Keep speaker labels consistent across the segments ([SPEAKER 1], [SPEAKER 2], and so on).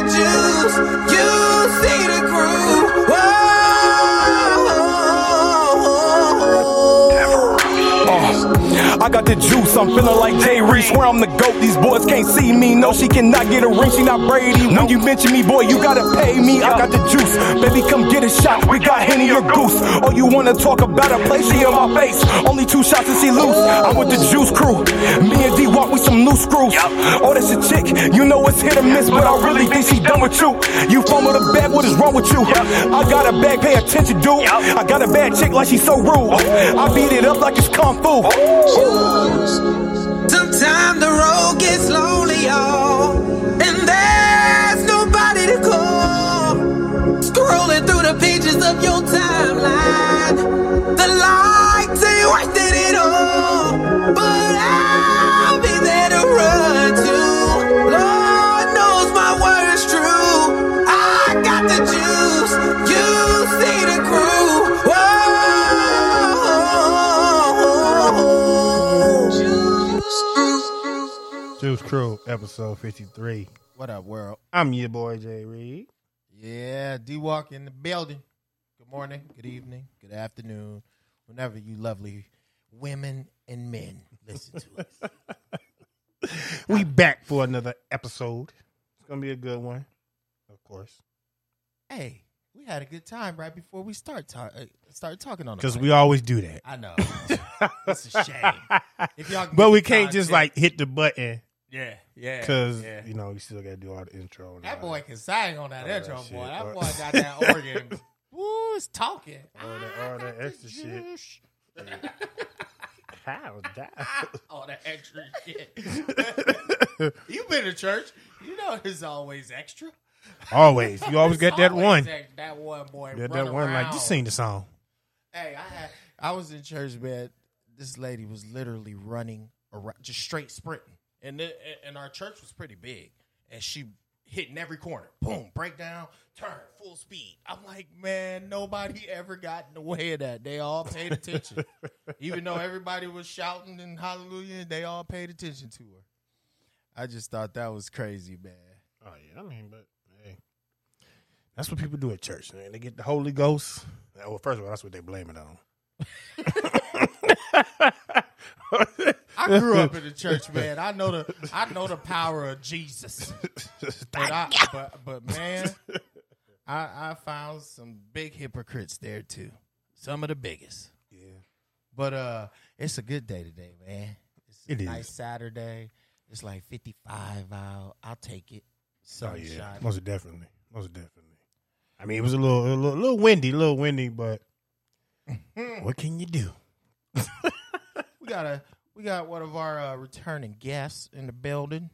[SPEAKER 1] close, you see the groove. Whoa.
[SPEAKER 2] Uh, I got the juice, I'm feeling like Jay Reese. Where I'm the GOAT, these boys can't see me. No, she cannot get a ring, she not Brady. When you mention me, boy, you gotta pay me. I got the juice, baby, come get a shot. We got Henny or Goose. All you wanna talk about a play, she in my face. Only two shots and she loose. I'm with the juice crew. Me and D Walk with some new screws. Oh, that's a chick, you know it's hit or miss, but I really think she done with you. You fumble the bag, what is wrong with you? I got a bag, pay attention, dude. I got a bad chick like she so rude.
[SPEAKER 3] Oh.
[SPEAKER 2] I beat it up like it's kung fu.
[SPEAKER 1] Sometimes the road gets lonely, y'all, and there's nobody to call. Scrolling through the pages of your timeline, the lights ain't worth it at all. But I'll be there to run to. Lord knows my word is true. I got the juice, you see the groove. Whoa.
[SPEAKER 3] Juice Crew, episode 53.
[SPEAKER 4] What up, world?
[SPEAKER 3] I'm your boy, Jay Reed.
[SPEAKER 4] Yeah, D Walk in the building. Good morning, good evening, good afternoon. Whenever you lovely women and men listen to us.
[SPEAKER 3] We back for another episode. It's going to be a good one, of course.
[SPEAKER 4] Hey, we had a good time right before we start ta- uh, start talking on the
[SPEAKER 3] Because
[SPEAKER 4] mic.
[SPEAKER 3] we always do that.
[SPEAKER 4] I know. it's a shame. If y'all can
[SPEAKER 3] But
[SPEAKER 4] get
[SPEAKER 3] we
[SPEAKER 4] the
[SPEAKER 3] can't just
[SPEAKER 4] content-
[SPEAKER 3] like hit the button
[SPEAKER 4] yeah, yeah,
[SPEAKER 3] because,
[SPEAKER 4] yeah.
[SPEAKER 3] you know, you still got to do all the intro. And
[SPEAKER 4] That
[SPEAKER 3] all
[SPEAKER 4] boy can sing on that
[SPEAKER 3] All that
[SPEAKER 4] intro,
[SPEAKER 3] shit.
[SPEAKER 4] boy.
[SPEAKER 3] All-
[SPEAKER 4] That boy got that organ. Ooh, it's talking. Ah,
[SPEAKER 3] All that- all
[SPEAKER 4] I
[SPEAKER 3] that
[SPEAKER 4] got the
[SPEAKER 3] extra shit.
[SPEAKER 4] juice.
[SPEAKER 3] How
[SPEAKER 4] All that extra shit.
[SPEAKER 3] that?
[SPEAKER 4] you been to church. You know it's always extra.
[SPEAKER 3] always. You always get that
[SPEAKER 4] Always
[SPEAKER 3] one.
[SPEAKER 4] ex- That one boy.
[SPEAKER 3] Get
[SPEAKER 4] run
[SPEAKER 3] that one. Like,
[SPEAKER 4] around.
[SPEAKER 3] you sing the song.
[SPEAKER 4] Hey, I had, I was in church, man. This lady was literally running around, just straight sprinting, and the, and our church was pretty big, and she hitting every corner. Boom, breakdown, turn, full speed. I'm like, man, nobody ever got in the way of that. They all paid attention, even though everybody was shouting and hallelujah. They all paid attention to her. I just thought that was crazy, man.
[SPEAKER 3] Oh yeah, I mean, but hey, that's what people do at church, man. They get the Holy Ghost. Yeah, Well, first of all, that's what they blame it on.
[SPEAKER 4] I grew up in the church, man. I know the I know the power of Jesus. But I, but, but man, I, I found some big hypocrites there too. Some of the biggest.
[SPEAKER 3] yeah,
[SPEAKER 4] But uh it's a good day today, man. It's a
[SPEAKER 3] It is.
[SPEAKER 4] nice Saturday. It's like 55 out. I'll take it.
[SPEAKER 3] oh
[SPEAKER 4] Sunshine.
[SPEAKER 3] yeah, most definitely, most definitely. I mean, it was a little, a little, a little windy, a little windy, but what can you do?
[SPEAKER 4] We got a we got one of our uh, returning guests in the building.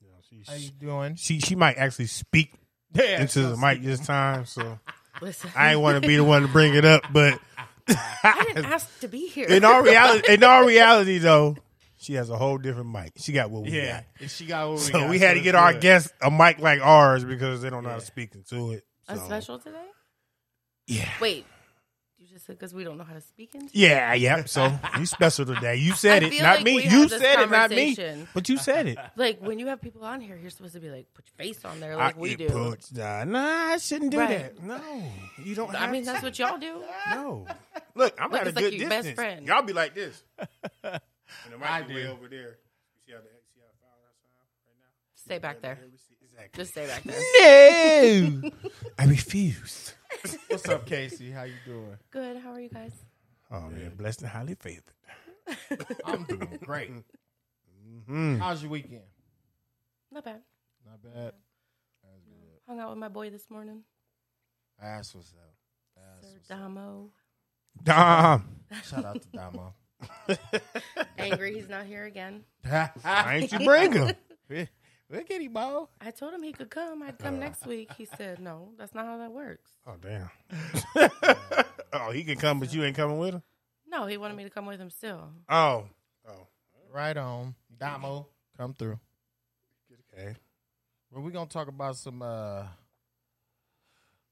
[SPEAKER 3] You
[SPEAKER 4] How
[SPEAKER 3] know,
[SPEAKER 4] you
[SPEAKER 3] she,
[SPEAKER 4] doing?
[SPEAKER 3] she, she might actually speak
[SPEAKER 4] Yeah,
[SPEAKER 3] into the
[SPEAKER 4] so-
[SPEAKER 3] mic this time, so
[SPEAKER 5] Listen,
[SPEAKER 3] I ain't want to be the one to bring it up, but
[SPEAKER 5] I didn't ask to be here.
[SPEAKER 3] in all reality, in all reality, though, she has a whole different mic. She got what we
[SPEAKER 4] Yeah,
[SPEAKER 3] got.
[SPEAKER 4] and she got what we
[SPEAKER 3] So
[SPEAKER 4] got,
[SPEAKER 3] we had to
[SPEAKER 4] it's
[SPEAKER 3] get our
[SPEAKER 4] good.
[SPEAKER 3] guests a mic like ours because they don't know how to
[SPEAKER 4] Yeah.
[SPEAKER 3] speak into it.
[SPEAKER 5] a
[SPEAKER 3] So-
[SPEAKER 5] special today?
[SPEAKER 3] Yeah.
[SPEAKER 5] Wait, you just said because we don't know how to speak in.
[SPEAKER 3] Yeah, yeah. So you special today. You said
[SPEAKER 5] I
[SPEAKER 3] it,
[SPEAKER 5] feel
[SPEAKER 3] not
[SPEAKER 5] like
[SPEAKER 3] me.
[SPEAKER 5] we
[SPEAKER 3] You
[SPEAKER 5] had this
[SPEAKER 3] said it, not me.
[SPEAKER 5] conversation.
[SPEAKER 3] But you said it.
[SPEAKER 5] Like when you have people on here, you're supposed to be like, put your face on there, like
[SPEAKER 3] I-
[SPEAKER 5] we
[SPEAKER 3] it
[SPEAKER 5] do.
[SPEAKER 3] puts- nah, nah, I shouldn't do
[SPEAKER 5] Right.
[SPEAKER 3] that. No, you don't.
[SPEAKER 5] I
[SPEAKER 3] have
[SPEAKER 5] mean,
[SPEAKER 3] to.
[SPEAKER 5] that's what y'all do.
[SPEAKER 3] No. Look, I'm
[SPEAKER 5] Look,
[SPEAKER 3] at a
[SPEAKER 5] it's like
[SPEAKER 3] good
[SPEAKER 5] your
[SPEAKER 3] distance.
[SPEAKER 5] best friend.
[SPEAKER 3] Y'all be like this. And it
[SPEAKER 4] I
[SPEAKER 3] might be way
[SPEAKER 4] do.
[SPEAKER 3] over there. You see how the see how far
[SPEAKER 5] Stay back there.
[SPEAKER 3] Exactly.
[SPEAKER 5] Just stay back there.
[SPEAKER 3] No, I refuse.
[SPEAKER 4] What's up, Casey? How you doing?
[SPEAKER 5] Good. How are you guys?
[SPEAKER 3] Oh man, blessed and highly favored.
[SPEAKER 4] I'm doing great.
[SPEAKER 3] Mm.
[SPEAKER 4] How's your weekend?
[SPEAKER 5] Not bad.
[SPEAKER 4] Not bad.
[SPEAKER 5] Hung out with my boy this morning,
[SPEAKER 4] That's what's up. That's
[SPEAKER 5] Sir
[SPEAKER 4] what's
[SPEAKER 5] Damo.
[SPEAKER 3] Dom.
[SPEAKER 4] up. Shout out to Damo.
[SPEAKER 5] Angry, he's not here again.
[SPEAKER 3] Why ain't you bring him?
[SPEAKER 4] Look at him, Mo.
[SPEAKER 5] I told him he could come. I'd
[SPEAKER 4] Uh.
[SPEAKER 5] come next week. He said, no, that's not how that works.
[SPEAKER 3] Oh damn. oh, he can come, but you ain't coming with him.
[SPEAKER 5] No, he wanted me to come with him still.
[SPEAKER 3] Oh. Oh.
[SPEAKER 4] Right on. Damo, come through.
[SPEAKER 3] Okay.
[SPEAKER 4] Well, we're going to talk about some uh,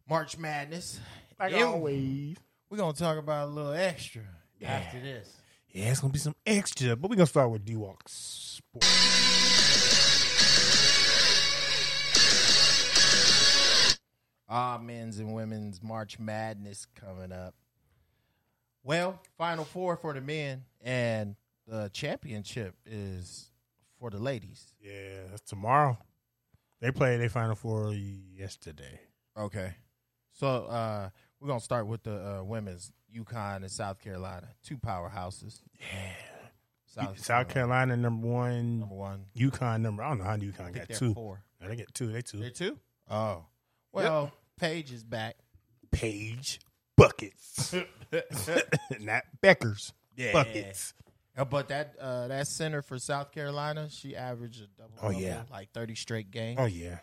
[SPEAKER 4] March Madness.
[SPEAKER 3] Like
[SPEAKER 4] And
[SPEAKER 3] always.
[SPEAKER 4] We're going to talk about a little extra after this.
[SPEAKER 3] Yeah, it's gonna be some extra, but we're gonna start with D Walk Sports.
[SPEAKER 4] our Ah, men's and women's March Madness coming up. Well, Final Four for the men, and the championship is for the ladies.
[SPEAKER 3] Yeah, that's tomorrow. They played their final four yesterday.
[SPEAKER 4] Okay. So uh, we're gonna start with the uh, women's UConn and South Carolina, two powerhouses. Yeah. South,
[SPEAKER 3] South Carolina number one,
[SPEAKER 4] number one.
[SPEAKER 3] UConn number. I don't know how UConn
[SPEAKER 4] think
[SPEAKER 3] got
[SPEAKER 4] they're
[SPEAKER 3] two.
[SPEAKER 4] four.
[SPEAKER 3] No, they get two. They two.
[SPEAKER 4] They're two. Oh. Well, Paige is back.
[SPEAKER 3] Page buckets, not Beckers.
[SPEAKER 4] Yeah.
[SPEAKER 3] Buckets.
[SPEAKER 4] Uh, But that uh, that center for South Carolina, she averaged a double.
[SPEAKER 3] Oh,
[SPEAKER 4] double,
[SPEAKER 3] yeah.
[SPEAKER 4] like thirty straight games.
[SPEAKER 3] Oh yeah.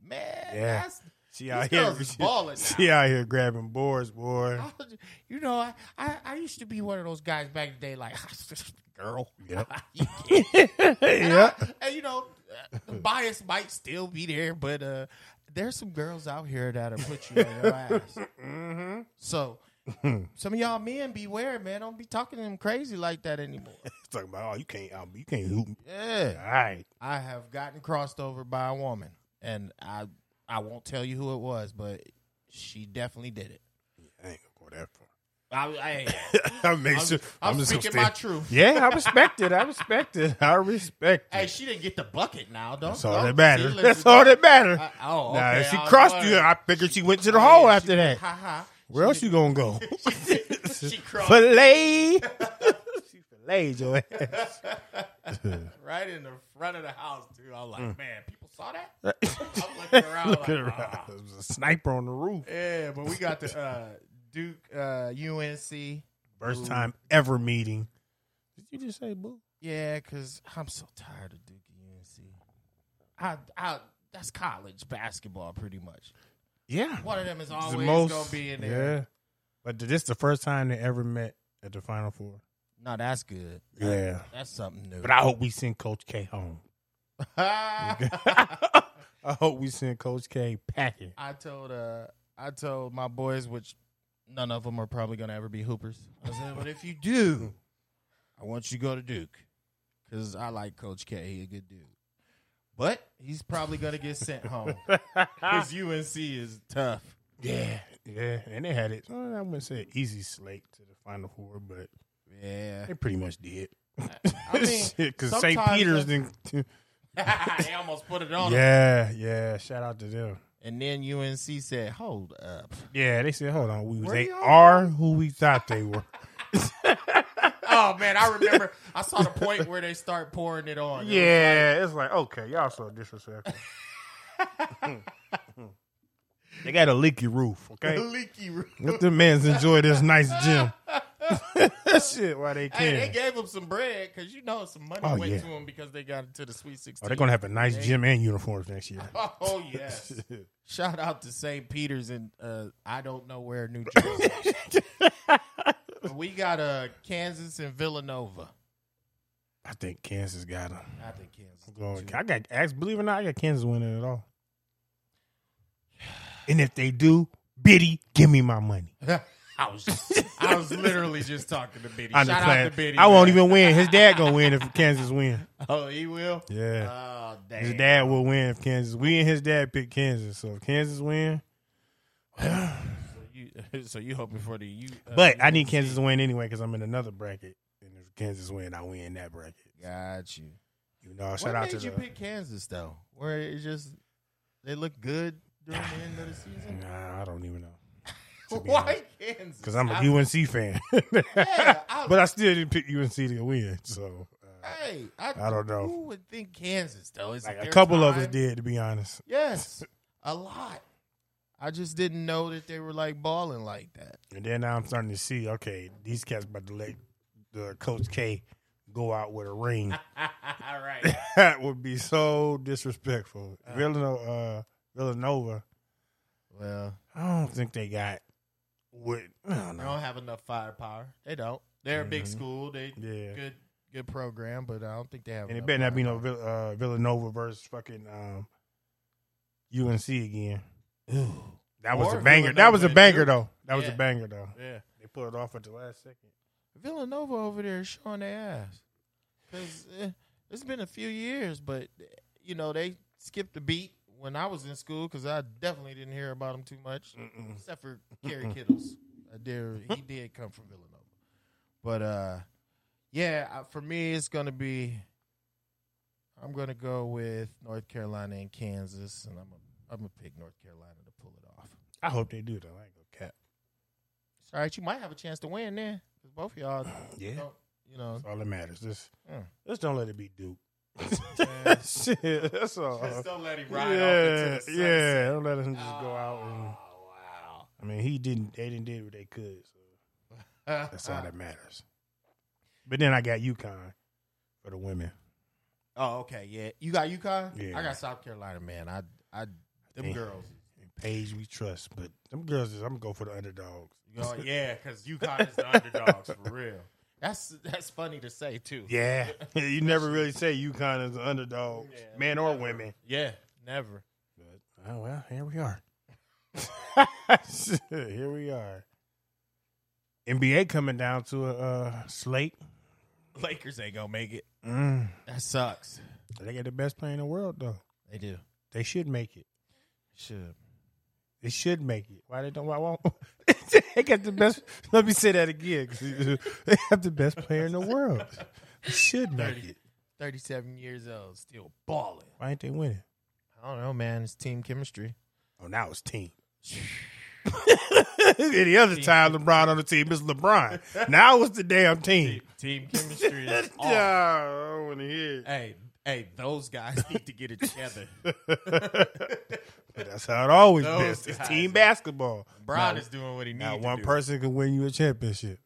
[SPEAKER 4] Man,
[SPEAKER 3] Yeah.
[SPEAKER 4] that's
[SPEAKER 3] She out here.
[SPEAKER 4] girls is balling
[SPEAKER 3] She out here grabbing boards, boy.
[SPEAKER 4] I was- you know, I, I I used to be one of those guys back in the day, like girl.
[SPEAKER 3] Yep.
[SPEAKER 4] And
[SPEAKER 3] yeah.
[SPEAKER 4] I- and you know, uh, the bias might still be there, but uh, there's some girls out here that'll put you on your ass.
[SPEAKER 3] Mm-hmm.
[SPEAKER 4] So, some of y'all men, beware, man. Don't be talking to them crazy like that anymore.
[SPEAKER 3] Talking about oh you can't out- you can't hoop. All
[SPEAKER 4] Yeah,
[SPEAKER 3] right.
[SPEAKER 4] I have gotten crossed over by a woman, and I I won't tell you who it was, but she definitely did it.
[SPEAKER 3] I ain't gonna go that far.
[SPEAKER 4] I, I
[SPEAKER 3] I make
[SPEAKER 4] I'm,
[SPEAKER 3] sure
[SPEAKER 4] I'm
[SPEAKER 3] just gonna
[SPEAKER 4] speaking
[SPEAKER 3] stay-
[SPEAKER 4] my truth.
[SPEAKER 3] Yeah, I respect it. I respect it. I respect it.
[SPEAKER 4] Hey, she didn't get the bucket now. Don't,
[SPEAKER 3] That's all
[SPEAKER 4] don't-
[SPEAKER 3] that matters.
[SPEAKER 4] see,
[SPEAKER 3] That's
[SPEAKER 4] listen,
[SPEAKER 3] all that matters.
[SPEAKER 4] I- oh,
[SPEAKER 3] Now,
[SPEAKER 4] okay,
[SPEAKER 3] if she
[SPEAKER 4] I was
[SPEAKER 3] crossed you,
[SPEAKER 4] wondering.
[SPEAKER 3] I figured she went to the
[SPEAKER 4] Oh,
[SPEAKER 3] hole
[SPEAKER 4] yeah,
[SPEAKER 3] after
[SPEAKER 4] she-
[SPEAKER 3] that.
[SPEAKER 4] Ha ha.
[SPEAKER 3] Where else you gonna go?
[SPEAKER 4] She crossed
[SPEAKER 3] Filet. she filleted your ass.
[SPEAKER 4] right in the front of the house, dude. I was like, man, people saw that. I'm looking around.
[SPEAKER 3] Mm. Look
[SPEAKER 4] like,
[SPEAKER 3] around.
[SPEAKER 4] "Ah."
[SPEAKER 3] There was a sniper on the roof.
[SPEAKER 4] Yeah, but we got the uh, Duke uh, UNC.
[SPEAKER 3] First time ever meeting. Did you just say boo?
[SPEAKER 4] Yeah, because I'm so tired of Duke and UNC. I, I, that's college basketball, pretty much.
[SPEAKER 3] Yeah.
[SPEAKER 4] One of them is
[SPEAKER 3] It's
[SPEAKER 4] always
[SPEAKER 3] the most-
[SPEAKER 4] gonna be in there.
[SPEAKER 3] Yeah. But this is the first time they ever met at the Final Four.
[SPEAKER 4] No, that's good.
[SPEAKER 3] Yeah.
[SPEAKER 4] That's something new.
[SPEAKER 3] But I hope we send Coach K home. I hope we send Coach K packing.
[SPEAKER 4] I told uh I told my boys, which none of them are probably gonna ever be hoopers. I said, but if you do, I want you to go to Duke because I like Coach K. He a good dude, but he's probably gonna get sent home because UNC is tough.
[SPEAKER 3] Yeah. Yeah. And they had it. uh, I wouldn't say an easy slate to the Final Four, but
[SPEAKER 4] Yeah,
[SPEAKER 3] they pretty much did.
[SPEAKER 4] I mean,
[SPEAKER 3] because St.
[SPEAKER 4] sometimes
[SPEAKER 3] Peter's
[SPEAKER 4] the-
[SPEAKER 3] didn't.
[SPEAKER 4] they almost put it on. him.
[SPEAKER 3] Yeah, yeah. Shout out to them.
[SPEAKER 4] And then UNC said, "Hold up,
[SPEAKER 3] Yeah, they said, hold on, we,
[SPEAKER 4] Where
[SPEAKER 3] they
[SPEAKER 4] y'all
[SPEAKER 3] are who we thought they were.
[SPEAKER 4] oh man, I remember. I saw the point where they start pouring it on. It was
[SPEAKER 3] yeah, it's like okay, y'all so disrespectful. they got a leaky roof,
[SPEAKER 4] a
[SPEAKER 3] okay?
[SPEAKER 4] leaky roof.
[SPEAKER 3] Let the men's enjoy this nice gym. Shit, why they
[SPEAKER 4] Hey,
[SPEAKER 3] can?
[SPEAKER 4] they gave him some bread because you know some money
[SPEAKER 3] Oh,
[SPEAKER 4] went
[SPEAKER 3] yeah.
[SPEAKER 4] to him because they got into the Sweet Sixteen.
[SPEAKER 3] oh, they're gonna have a nice gym and uniforms next year.
[SPEAKER 4] Oh yes! Shout out to St. Peter's and uh, I don't know where New Jersey. But we got uh, Kansas and Villanova.
[SPEAKER 3] I think Kansas got them.
[SPEAKER 4] I think Kansas.
[SPEAKER 3] I got asked, believe it or not, I got Kansas winning it all. And if they do, Biddy, give me my money.
[SPEAKER 4] I was just, I was literally just talking to Biddy.
[SPEAKER 3] I'm
[SPEAKER 4] Shout
[SPEAKER 3] just
[SPEAKER 4] out
[SPEAKER 3] playing.
[SPEAKER 4] to Biddy.
[SPEAKER 3] I won't
[SPEAKER 4] man.
[SPEAKER 3] even win. His dad gonna win if Kansas win.
[SPEAKER 4] Oh, he will.
[SPEAKER 3] Yeah,
[SPEAKER 4] Oh damn!
[SPEAKER 3] his dad will win if Kansas. We and his dad picked Kansas, so if Kansas win.
[SPEAKER 4] So you, so you hoping for the you? Uh,
[SPEAKER 3] But I need Kansas to win anyway because I'm in another bracket, and if Kansas win, I win that bracket.
[SPEAKER 4] got you.
[SPEAKER 3] You know,
[SPEAKER 4] What
[SPEAKER 3] shout out
[SPEAKER 4] made
[SPEAKER 3] to
[SPEAKER 4] you
[SPEAKER 3] the.
[SPEAKER 4] pick Kansas though? Where it just they look good during the end of the season.
[SPEAKER 3] Nah, I don't even know
[SPEAKER 4] Why Kansas?
[SPEAKER 3] because I'm a
[SPEAKER 4] I-
[SPEAKER 3] UNC fan,
[SPEAKER 4] Yeah, I-
[SPEAKER 3] but I still didn't pick UNC to win. So uh,
[SPEAKER 4] hey, I,
[SPEAKER 3] I don't know.
[SPEAKER 4] Who would think Kansas though? Is it
[SPEAKER 3] like a
[SPEAKER 4] their
[SPEAKER 3] couple of us
[SPEAKER 4] time?
[SPEAKER 3] did, to be honest.
[SPEAKER 4] Yes, a lot. I just didn't know that they were like balling like that.
[SPEAKER 3] And then now I'm starting to see, okay, these cats about to let the Coach K go out with a ring.
[SPEAKER 4] All right.
[SPEAKER 3] that would be so disrespectful. Villanova, uh, Villanova,
[SPEAKER 4] Well,
[SPEAKER 3] I don't think they got what. I don't
[SPEAKER 4] they
[SPEAKER 3] know.
[SPEAKER 4] don't have enough firepower. They don't. They're a big school. They
[SPEAKER 3] Mm-hmm. Yeah.
[SPEAKER 4] good good program, but I don't think they have.
[SPEAKER 3] And it
[SPEAKER 4] enough
[SPEAKER 3] better not be no
[SPEAKER 4] firepower.
[SPEAKER 3] Vill- uh, Villanova versus fucking um, UNC again. That was
[SPEAKER 4] Or
[SPEAKER 3] a banger. That was a
[SPEAKER 4] Villanova and
[SPEAKER 3] banger
[SPEAKER 4] Duke.
[SPEAKER 3] though. That was a
[SPEAKER 4] Yeah.
[SPEAKER 3] banger though.
[SPEAKER 4] Yeah,
[SPEAKER 3] They pulled it off at the last second.
[SPEAKER 4] Villanova over there is showing their ass eh, because it's been a few years, but you know they skipped the beat, when I was in school because I definitely didn't hear about him too much, except for Kerry Kittles. Uh, there, he did come from Villanova, but uh, yeah, I, for me, it's gonna be. I'm gonna go with North Carolina and Kansas, and I'm i I'm gonna pick North Carolina to pull it off.
[SPEAKER 3] I hope they do though. I ain't gonna cap.
[SPEAKER 4] It's all right. You might have a chance to win there because both of y'all,
[SPEAKER 3] Yeah.
[SPEAKER 4] don't, you know,
[SPEAKER 3] That's all that matters. Just,
[SPEAKER 4] Mm.
[SPEAKER 3] just don't let it be Duke. Shit, that's all.
[SPEAKER 4] don't let him
[SPEAKER 3] Uh-huh. yeah, yeah. Don't let him just go out.
[SPEAKER 4] Oh,
[SPEAKER 3] And,
[SPEAKER 4] Ah.
[SPEAKER 3] I mean, he didn't. They didn't did what they could. So
[SPEAKER 4] wow.
[SPEAKER 3] that's all that matters. But then I got UConn for the women.
[SPEAKER 4] Oh, okay, yeah. You got UConn?
[SPEAKER 3] Yeah.
[SPEAKER 4] I got South Carolina, man. I I them
[SPEAKER 3] Yeah.
[SPEAKER 4] girls.
[SPEAKER 3] And Paige, we trust, but them girls. Is, I'm gonna go for the underdogs.
[SPEAKER 4] You know, yeah, because UConn is the underdogs for real. That's that's funny to say too.
[SPEAKER 3] Yeah, you never really say UConn is the underdog,
[SPEAKER 4] Yeah,
[SPEAKER 3] men or women.
[SPEAKER 4] Yeah, never.
[SPEAKER 3] But, oh well, here we are. here we are. NBA coming down to a uh, slate.
[SPEAKER 4] Lakers ain't gonna make it.
[SPEAKER 3] Mm.
[SPEAKER 4] That sucks.
[SPEAKER 3] They got the best player in the world, though.
[SPEAKER 4] They do.
[SPEAKER 3] They should make it.
[SPEAKER 4] Should.
[SPEAKER 3] They should make it. Why they don't? Why won't? they got the best. Let me say that again. 'cause They have the best player in the world. They should make it.
[SPEAKER 4] Thirty-seven years old, still balling.
[SPEAKER 3] Why ain't they winning?
[SPEAKER 4] I don't know, man. It's team chemistry.
[SPEAKER 3] Oh, now it's team. Any other time, LeBron on the team is LeBron. Now it's the damn team.
[SPEAKER 4] Team chemistry is
[SPEAKER 3] Oh,
[SPEAKER 4] off.
[SPEAKER 3] I don't want to hear. it.
[SPEAKER 4] Hey, hey, those guys need to get it together.
[SPEAKER 3] But that's how it always
[SPEAKER 4] Those
[SPEAKER 3] is. It's
[SPEAKER 4] guys.
[SPEAKER 3] team basketball.
[SPEAKER 4] Brown is doing what he needs.
[SPEAKER 3] Not one
[SPEAKER 4] to do.
[SPEAKER 3] person can win you a championship.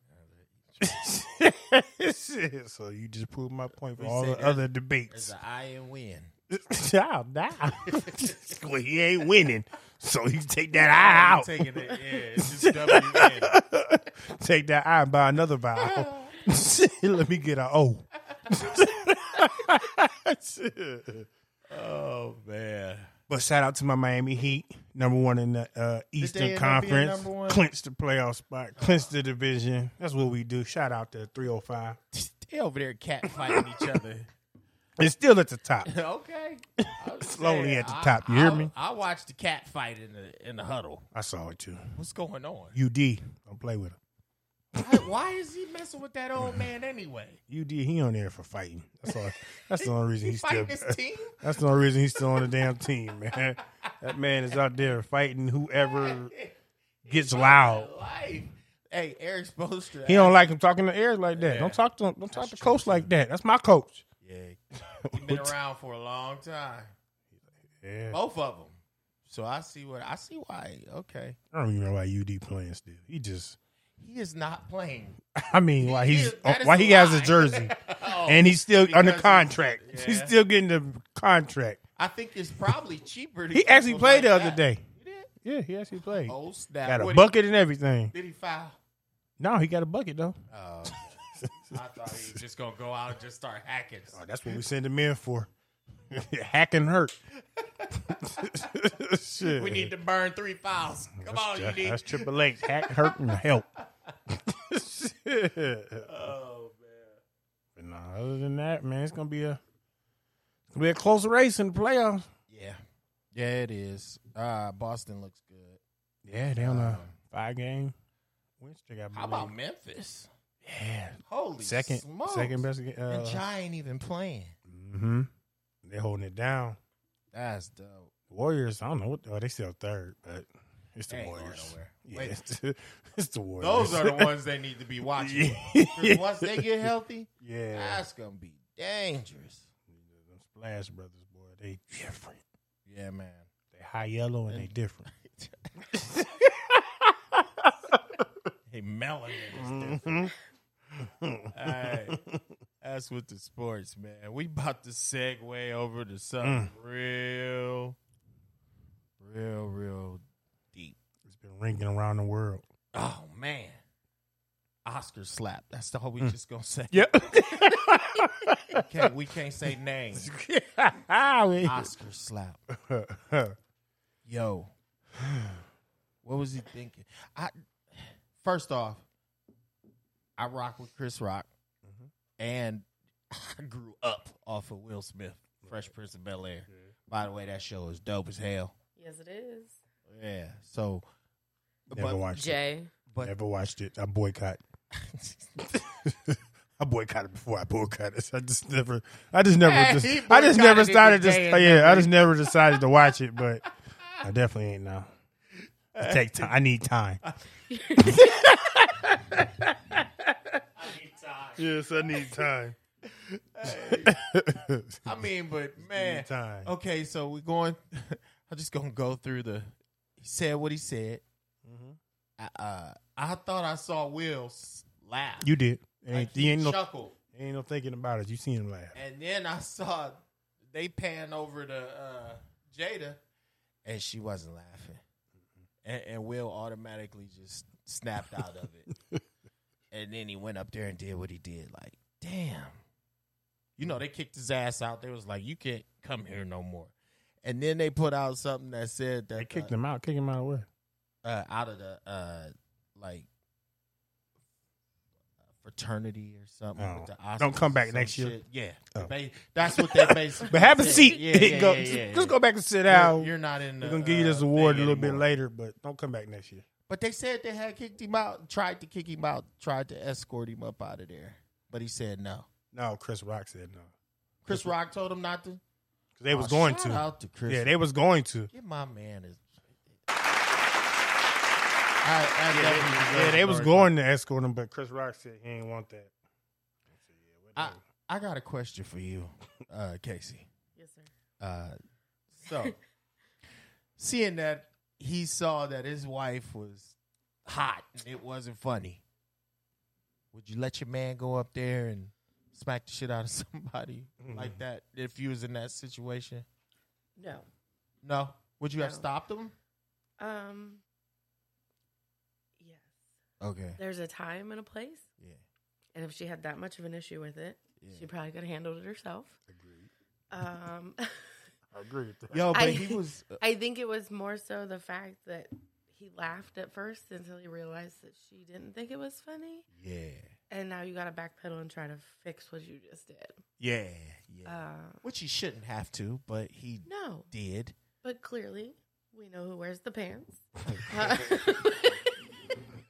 [SPEAKER 3] Shit, so you just proved my point for
[SPEAKER 4] We
[SPEAKER 3] all
[SPEAKER 4] say
[SPEAKER 3] the
[SPEAKER 4] there's-
[SPEAKER 3] other
[SPEAKER 4] It's
[SPEAKER 3] debates.
[SPEAKER 4] an I and win.
[SPEAKER 3] Child, nah. well, he ain't winning, so you take that eye out.
[SPEAKER 4] Taking it, yeah, it's just WN.
[SPEAKER 3] Take that eye and buy another vowel. Let me get an O.
[SPEAKER 4] Oh man,
[SPEAKER 3] But shout out to my Miami Heat, number one in the uh,
[SPEAKER 4] they
[SPEAKER 3] Eastern
[SPEAKER 4] end up being
[SPEAKER 3] Conference,
[SPEAKER 4] number one? Oh.
[SPEAKER 3] clinched the playoff spot, clinched the division. That's what we do. Shout out to 305.
[SPEAKER 4] they over there cat fighting each other.
[SPEAKER 3] It's still at the top.
[SPEAKER 4] okay, I'm just
[SPEAKER 3] Slowly
[SPEAKER 4] saying,
[SPEAKER 3] at the top, you hear me?
[SPEAKER 4] I, I watched the cat fight in the in the huddle.
[SPEAKER 3] I saw it too.
[SPEAKER 4] What's going on?
[SPEAKER 3] UD, don't play with him.
[SPEAKER 4] Why, why is he messing with that old man anyway?
[SPEAKER 3] UD, he on there for fighting. That's all. That's the only reason
[SPEAKER 4] He
[SPEAKER 3] he's still.
[SPEAKER 4] fighting his team.
[SPEAKER 3] That's the only reason he's still on the damn team, man. That man is out there fighting whoever gets loud.
[SPEAKER 4] Life. Hey, Eric Spoelstra.
[SPEAKER 3] He don't like him talking to Eric like that.
[SPEAKER 4] Yeah.
[SPEAKER 3] Don't talk to him. Don't talk to coach like that. That's my coach.
[SPEAKER 4] yeah, he been around for a long time.
[SPEAKER 3] Yeah.
[SPEAKER 4] Both of them. So I see what I see. Why? Okay,
[SPEAKER 3] I don't even know why UD playing still. He just.
[SPEAKER 4] he is not playing.
[SPEAKER 3] I mean, why
[SPEAKER 4] He
[SPEAKER 3] he's oh, uh,
[SPEAKER 4] is- that is
[SPEAKER 3] why he
[SPEAKER 4] a
[SPEAKER 3] has a
[SPEAKER 4] lie.
[SPEAKER 3] jersey
[SPEAKER 4] Oh.
[SPEAKER 3] and he's still
[SPEAKER 4] because
[SPEAKER 3] under
[SPEAKER 4] he's-
[SPEAKER 3] contract. He's
[SPEAKER 4] yeah.
[SPEAKER 3] still getting the contract.
[SPEAKER 4] I think it's probably cheaper. To
[SPEAKER 3] He
[SPEAKER 4] keep
[SPEAKER 3] actually
[SPEAKER 4] him
[SPEAKER 3] played
[SPEAKER 4] like
[SPEAKER 3] the other
[SPEAKER 4] that.
[SPEAKER 3] day.
[SPEAKER 4] He did?
[SPEAKER 3] Yeah, he actually played.
[SPEAKER 4] Oh snap!
[SPEAKER 3] Got a
[SPEAKER 4] What
[SPEAKER 3] bucket and everything.
[SPEAKER 4] He, did he foul?
[SPEAKER 3] No, he got a bucket though.
[SPEAKER 4] Oh, I thought he was just gonna go out and just start hacking.
[SPEAKER 3] Oh, that's what we send him in for. Hacking hurt. Shit.
[SPEAKER 4] We need to burn three fouls. Come on, you
[SPEAKER 3] That's-
[SPEAKER 4] need.
[SPEAKER 3] That's Triple H. Hack, hurt, and help. Shit.
[SPEAKER 4] Oh
[SPEAKER 3] But nah, other than that, man, it's gonna be a it's gonna be a close race in the playoffs.
[SPEAKER 4] man. Yeah, yeah, it is. Uh, Boston looks good.
[SPEAKER 3] Yeah, they on a five game win streak. I
[SPEAKER 4] How
[SPEAKER 3] believe.
[SPEAKER 4] about Memphis?
[SPEAKER 3] yeah,
[SPEAKER 4] Holy
[SPEAKER 3] second
[SPEAKER 4] smokes.
[SPEAKER 3] second best? ga-
[SPEAKER 4] And
[SPEAKER 3] Uh,
[SPEAKER 4] Jai ain't even playing.
[SPEAKER 3] mm-hmm. They holding it down.
[SPEAKER 4] That's dope.
[SPEAKER 3] Warriors. I don't know what. Oh, they still third, but it's the
[SPEAKER 4] They ain't going
[SPEAKER 3] Warriors.
[SPEAKER 4] nowhere.
[SPEAKER 3] Yeah,
[SPEAKER 4] Wait.
[SPEAKER 3] it's, the, it's the Warriors.
[SPEAKER 4] Those are the ones they need to be watching. 'Cause Once they get healthy,
[SPEAKER 3] yeah,
[SPEAKER 4] that's gonna be dangerous.
[SPEAKER 3] them Splash Brothers, boy, they different.
[SPEAKER 4] Yeah, man.
[SPEAKER 3] They high yellow and they different.
[SPEAKER 4] Hey, melanin is different. Hey, that's with the sports, man. We about to segue over to something real, real, real deep.
[SPEAKER 3] It's been ringing around the world.
[SPEAKER 4] Oh man, Oscar slap. That's the whole we just gonna say.
[SPEAKER 3] Yep.
[SPEAKER 4] Can't, we can't say names.
[SPEAKER 3] Ah,
[SPEAKER 4] Oscar slap. Yo, what was he thinking? I first off, I rock with Chris Rock, and I grew up off of Will Smith, Fresh Prince of Bel Air. By the way, that show is dope as hell.
[SPEAKER 5] Yes, it is.
[SPEAKER 4] Yeah. So,
[SPEAKER 3] Never
[SPEAKER 4] but-
[SPEAKER 3] watched it.
[SPEAKER 6] Jay.
[SPEAKER 4] but-
[SPEAKER 3] Never watched it. I boycott. I boycotted before I boycotted. I just never. I just never.
[SPEAKER 4] Hey,
[SPEAKER 3] just,
[SPEAKER 4] he
[SPEAKER 3] I just never
[SPEAKER 4] boycotted it
[SPEAKER 3] started.
[SPEAKER 4] the
[SPEAKER 3] Just
[SPEAKER 4] day
[SPEAKER 3] yeah.
[SPEAKER 4] and
[SPEAKER 3] I just never decided to watch it, but I definitely ain't now. It take time. I need time. Yes, I need time.
[SPEAKER 4] I mean, but man,
[SPEAKER 3] time.
[SPEAKER 4] okay. So we're going. I'm just gonna go through the. He said what he said. I, uh, I thought I saw Will s- laugh.
[SPEAKER 3] You did. Ain't,
[SPEAKER 4] Like,
[SPEAKER 3] you ain't no.
[SPEAKER 4] chuckle,
[SPEAKER 3] Ain't no thinking about it. You seen him laugh.
[SPEAKER 4] and then I saw they pan over to uh, Jada, and she wasn't laughing, and, and Will automatically just snapped out of it, and then he went up there and did what he did. Like, damn, you know, they kicked his ass out. They was like, you can't come here no more. And then they put out something that said that
[SPEAKER 3] They kicked
[SPEAKER 4] uh,
[SPEAKER 3] him out. Kick him out of where?
[SPEAKER 4] uh, out of the uh, like fraternity or something.
[SPEAKER 3] Oh.
[SPEAKER 4] with the Oscars
[SPEAKER 3] Don't come back
[SPEAKER 4] or some
[SPEAKER 3] next year.
[SPEAKER 4] shit. Yeah,
[SPEAKER 3] Oh.
[SPEAKER 4] Ba- that's what they basically.
[SPEAKER 3] But have a
[SPEAKER 4] said.
[SPEAKER 3] seat.
[SPEAKER 4] Yeah, yeah,
[SPEAKER 3] go,
[SPEAKER 4] yeah, yeah,
[SPEAKER 3] just go back and sit
[SPEAKER 4] You're-
[SPEAKER 3] down.
[SPEAKER 4] You're, not in. The,
[SPEAKER 3] We're gonna give you this
[SPEAKER 4] uh,
[SPEAKER 3] award a
[SPEAKER 4] thing
[SPEAKER 3] little bit
[SPEAKER 4] anymore.
[SPEAKER 3] later, but don't come back next year.
[SPEAKER 4] But they said they had kicked him out. Tried to kick him out. Tried to escort him up out of there. But he said no.
[SPEAKER 3] No, Chris Rock said no
[SPEAKER 4] Chris Rock told him not to.
[SPEAKER 3] because they was
[SPEAKER 4] Oh,
[SPEAKER 3] going
[SPEAKER 4] shout
[SPEAKER 3] to.
[SPEAKER 4] out to Chris.
[SPEAKER 3] Yeah, they was going to.
[SPEAKER 4] Get my man is. I, I definitely
[SPEAKER 3] Yeah, they was
[SPEAKER 4] deserve-
[SPEAKER 3] going to escort him, but Chris Rock said he ain't want that.
[SPEAKER 4] I, I got a question for you, uh, Casey.
[SPEAKER 5] Yes, sir.
[SPEAKER 4] Uh, so, seeing that he saw that his wife was hot and it wasn't funny, would you let your man go up there and smack the shit out of somebody like that if you was in that situation?
[SPEAKER 5] No.
[SPEAKER 4] No. Would you have
[SPEAKER 5] No.
[SPEAKER 4] stopped him?
[SPEAKER 5] Um. Yes.
[SPEAKER 4] Okay.
[SPEAKER 5] There's a time and a place,
[SPEAKER 4] Yeah.
[SPEAKER 5] and if she had that much of an issue with it, she
[SPEAKER 4] Yeah.
[SPEAKER 5] probably could have handled it herself. Um.
[SPEAKER 3] I agree with that.
[SPEAKER 4] Yo, but
[SPEAKER 5] I-
[SPEAKER 4] he was. uh,
[SPEAKER 5] I think it was more so the fact that he laughed at first until he realized that she didn't think it was funny,
[SPEAKER 4] yeah.
[SPEAKER 5] and now you got to backpedal and try to fix what you just did.
[SPEAKER 4] Yeah. Yeah.
[SPEAKER 5] Uh,
[SPEAKER 4] Which he shouldn't have to, but he
[SPEAKER 5] no,
[SPEAKER 4] did.
[SPEAKER 5] but clearly we know who wears the pants.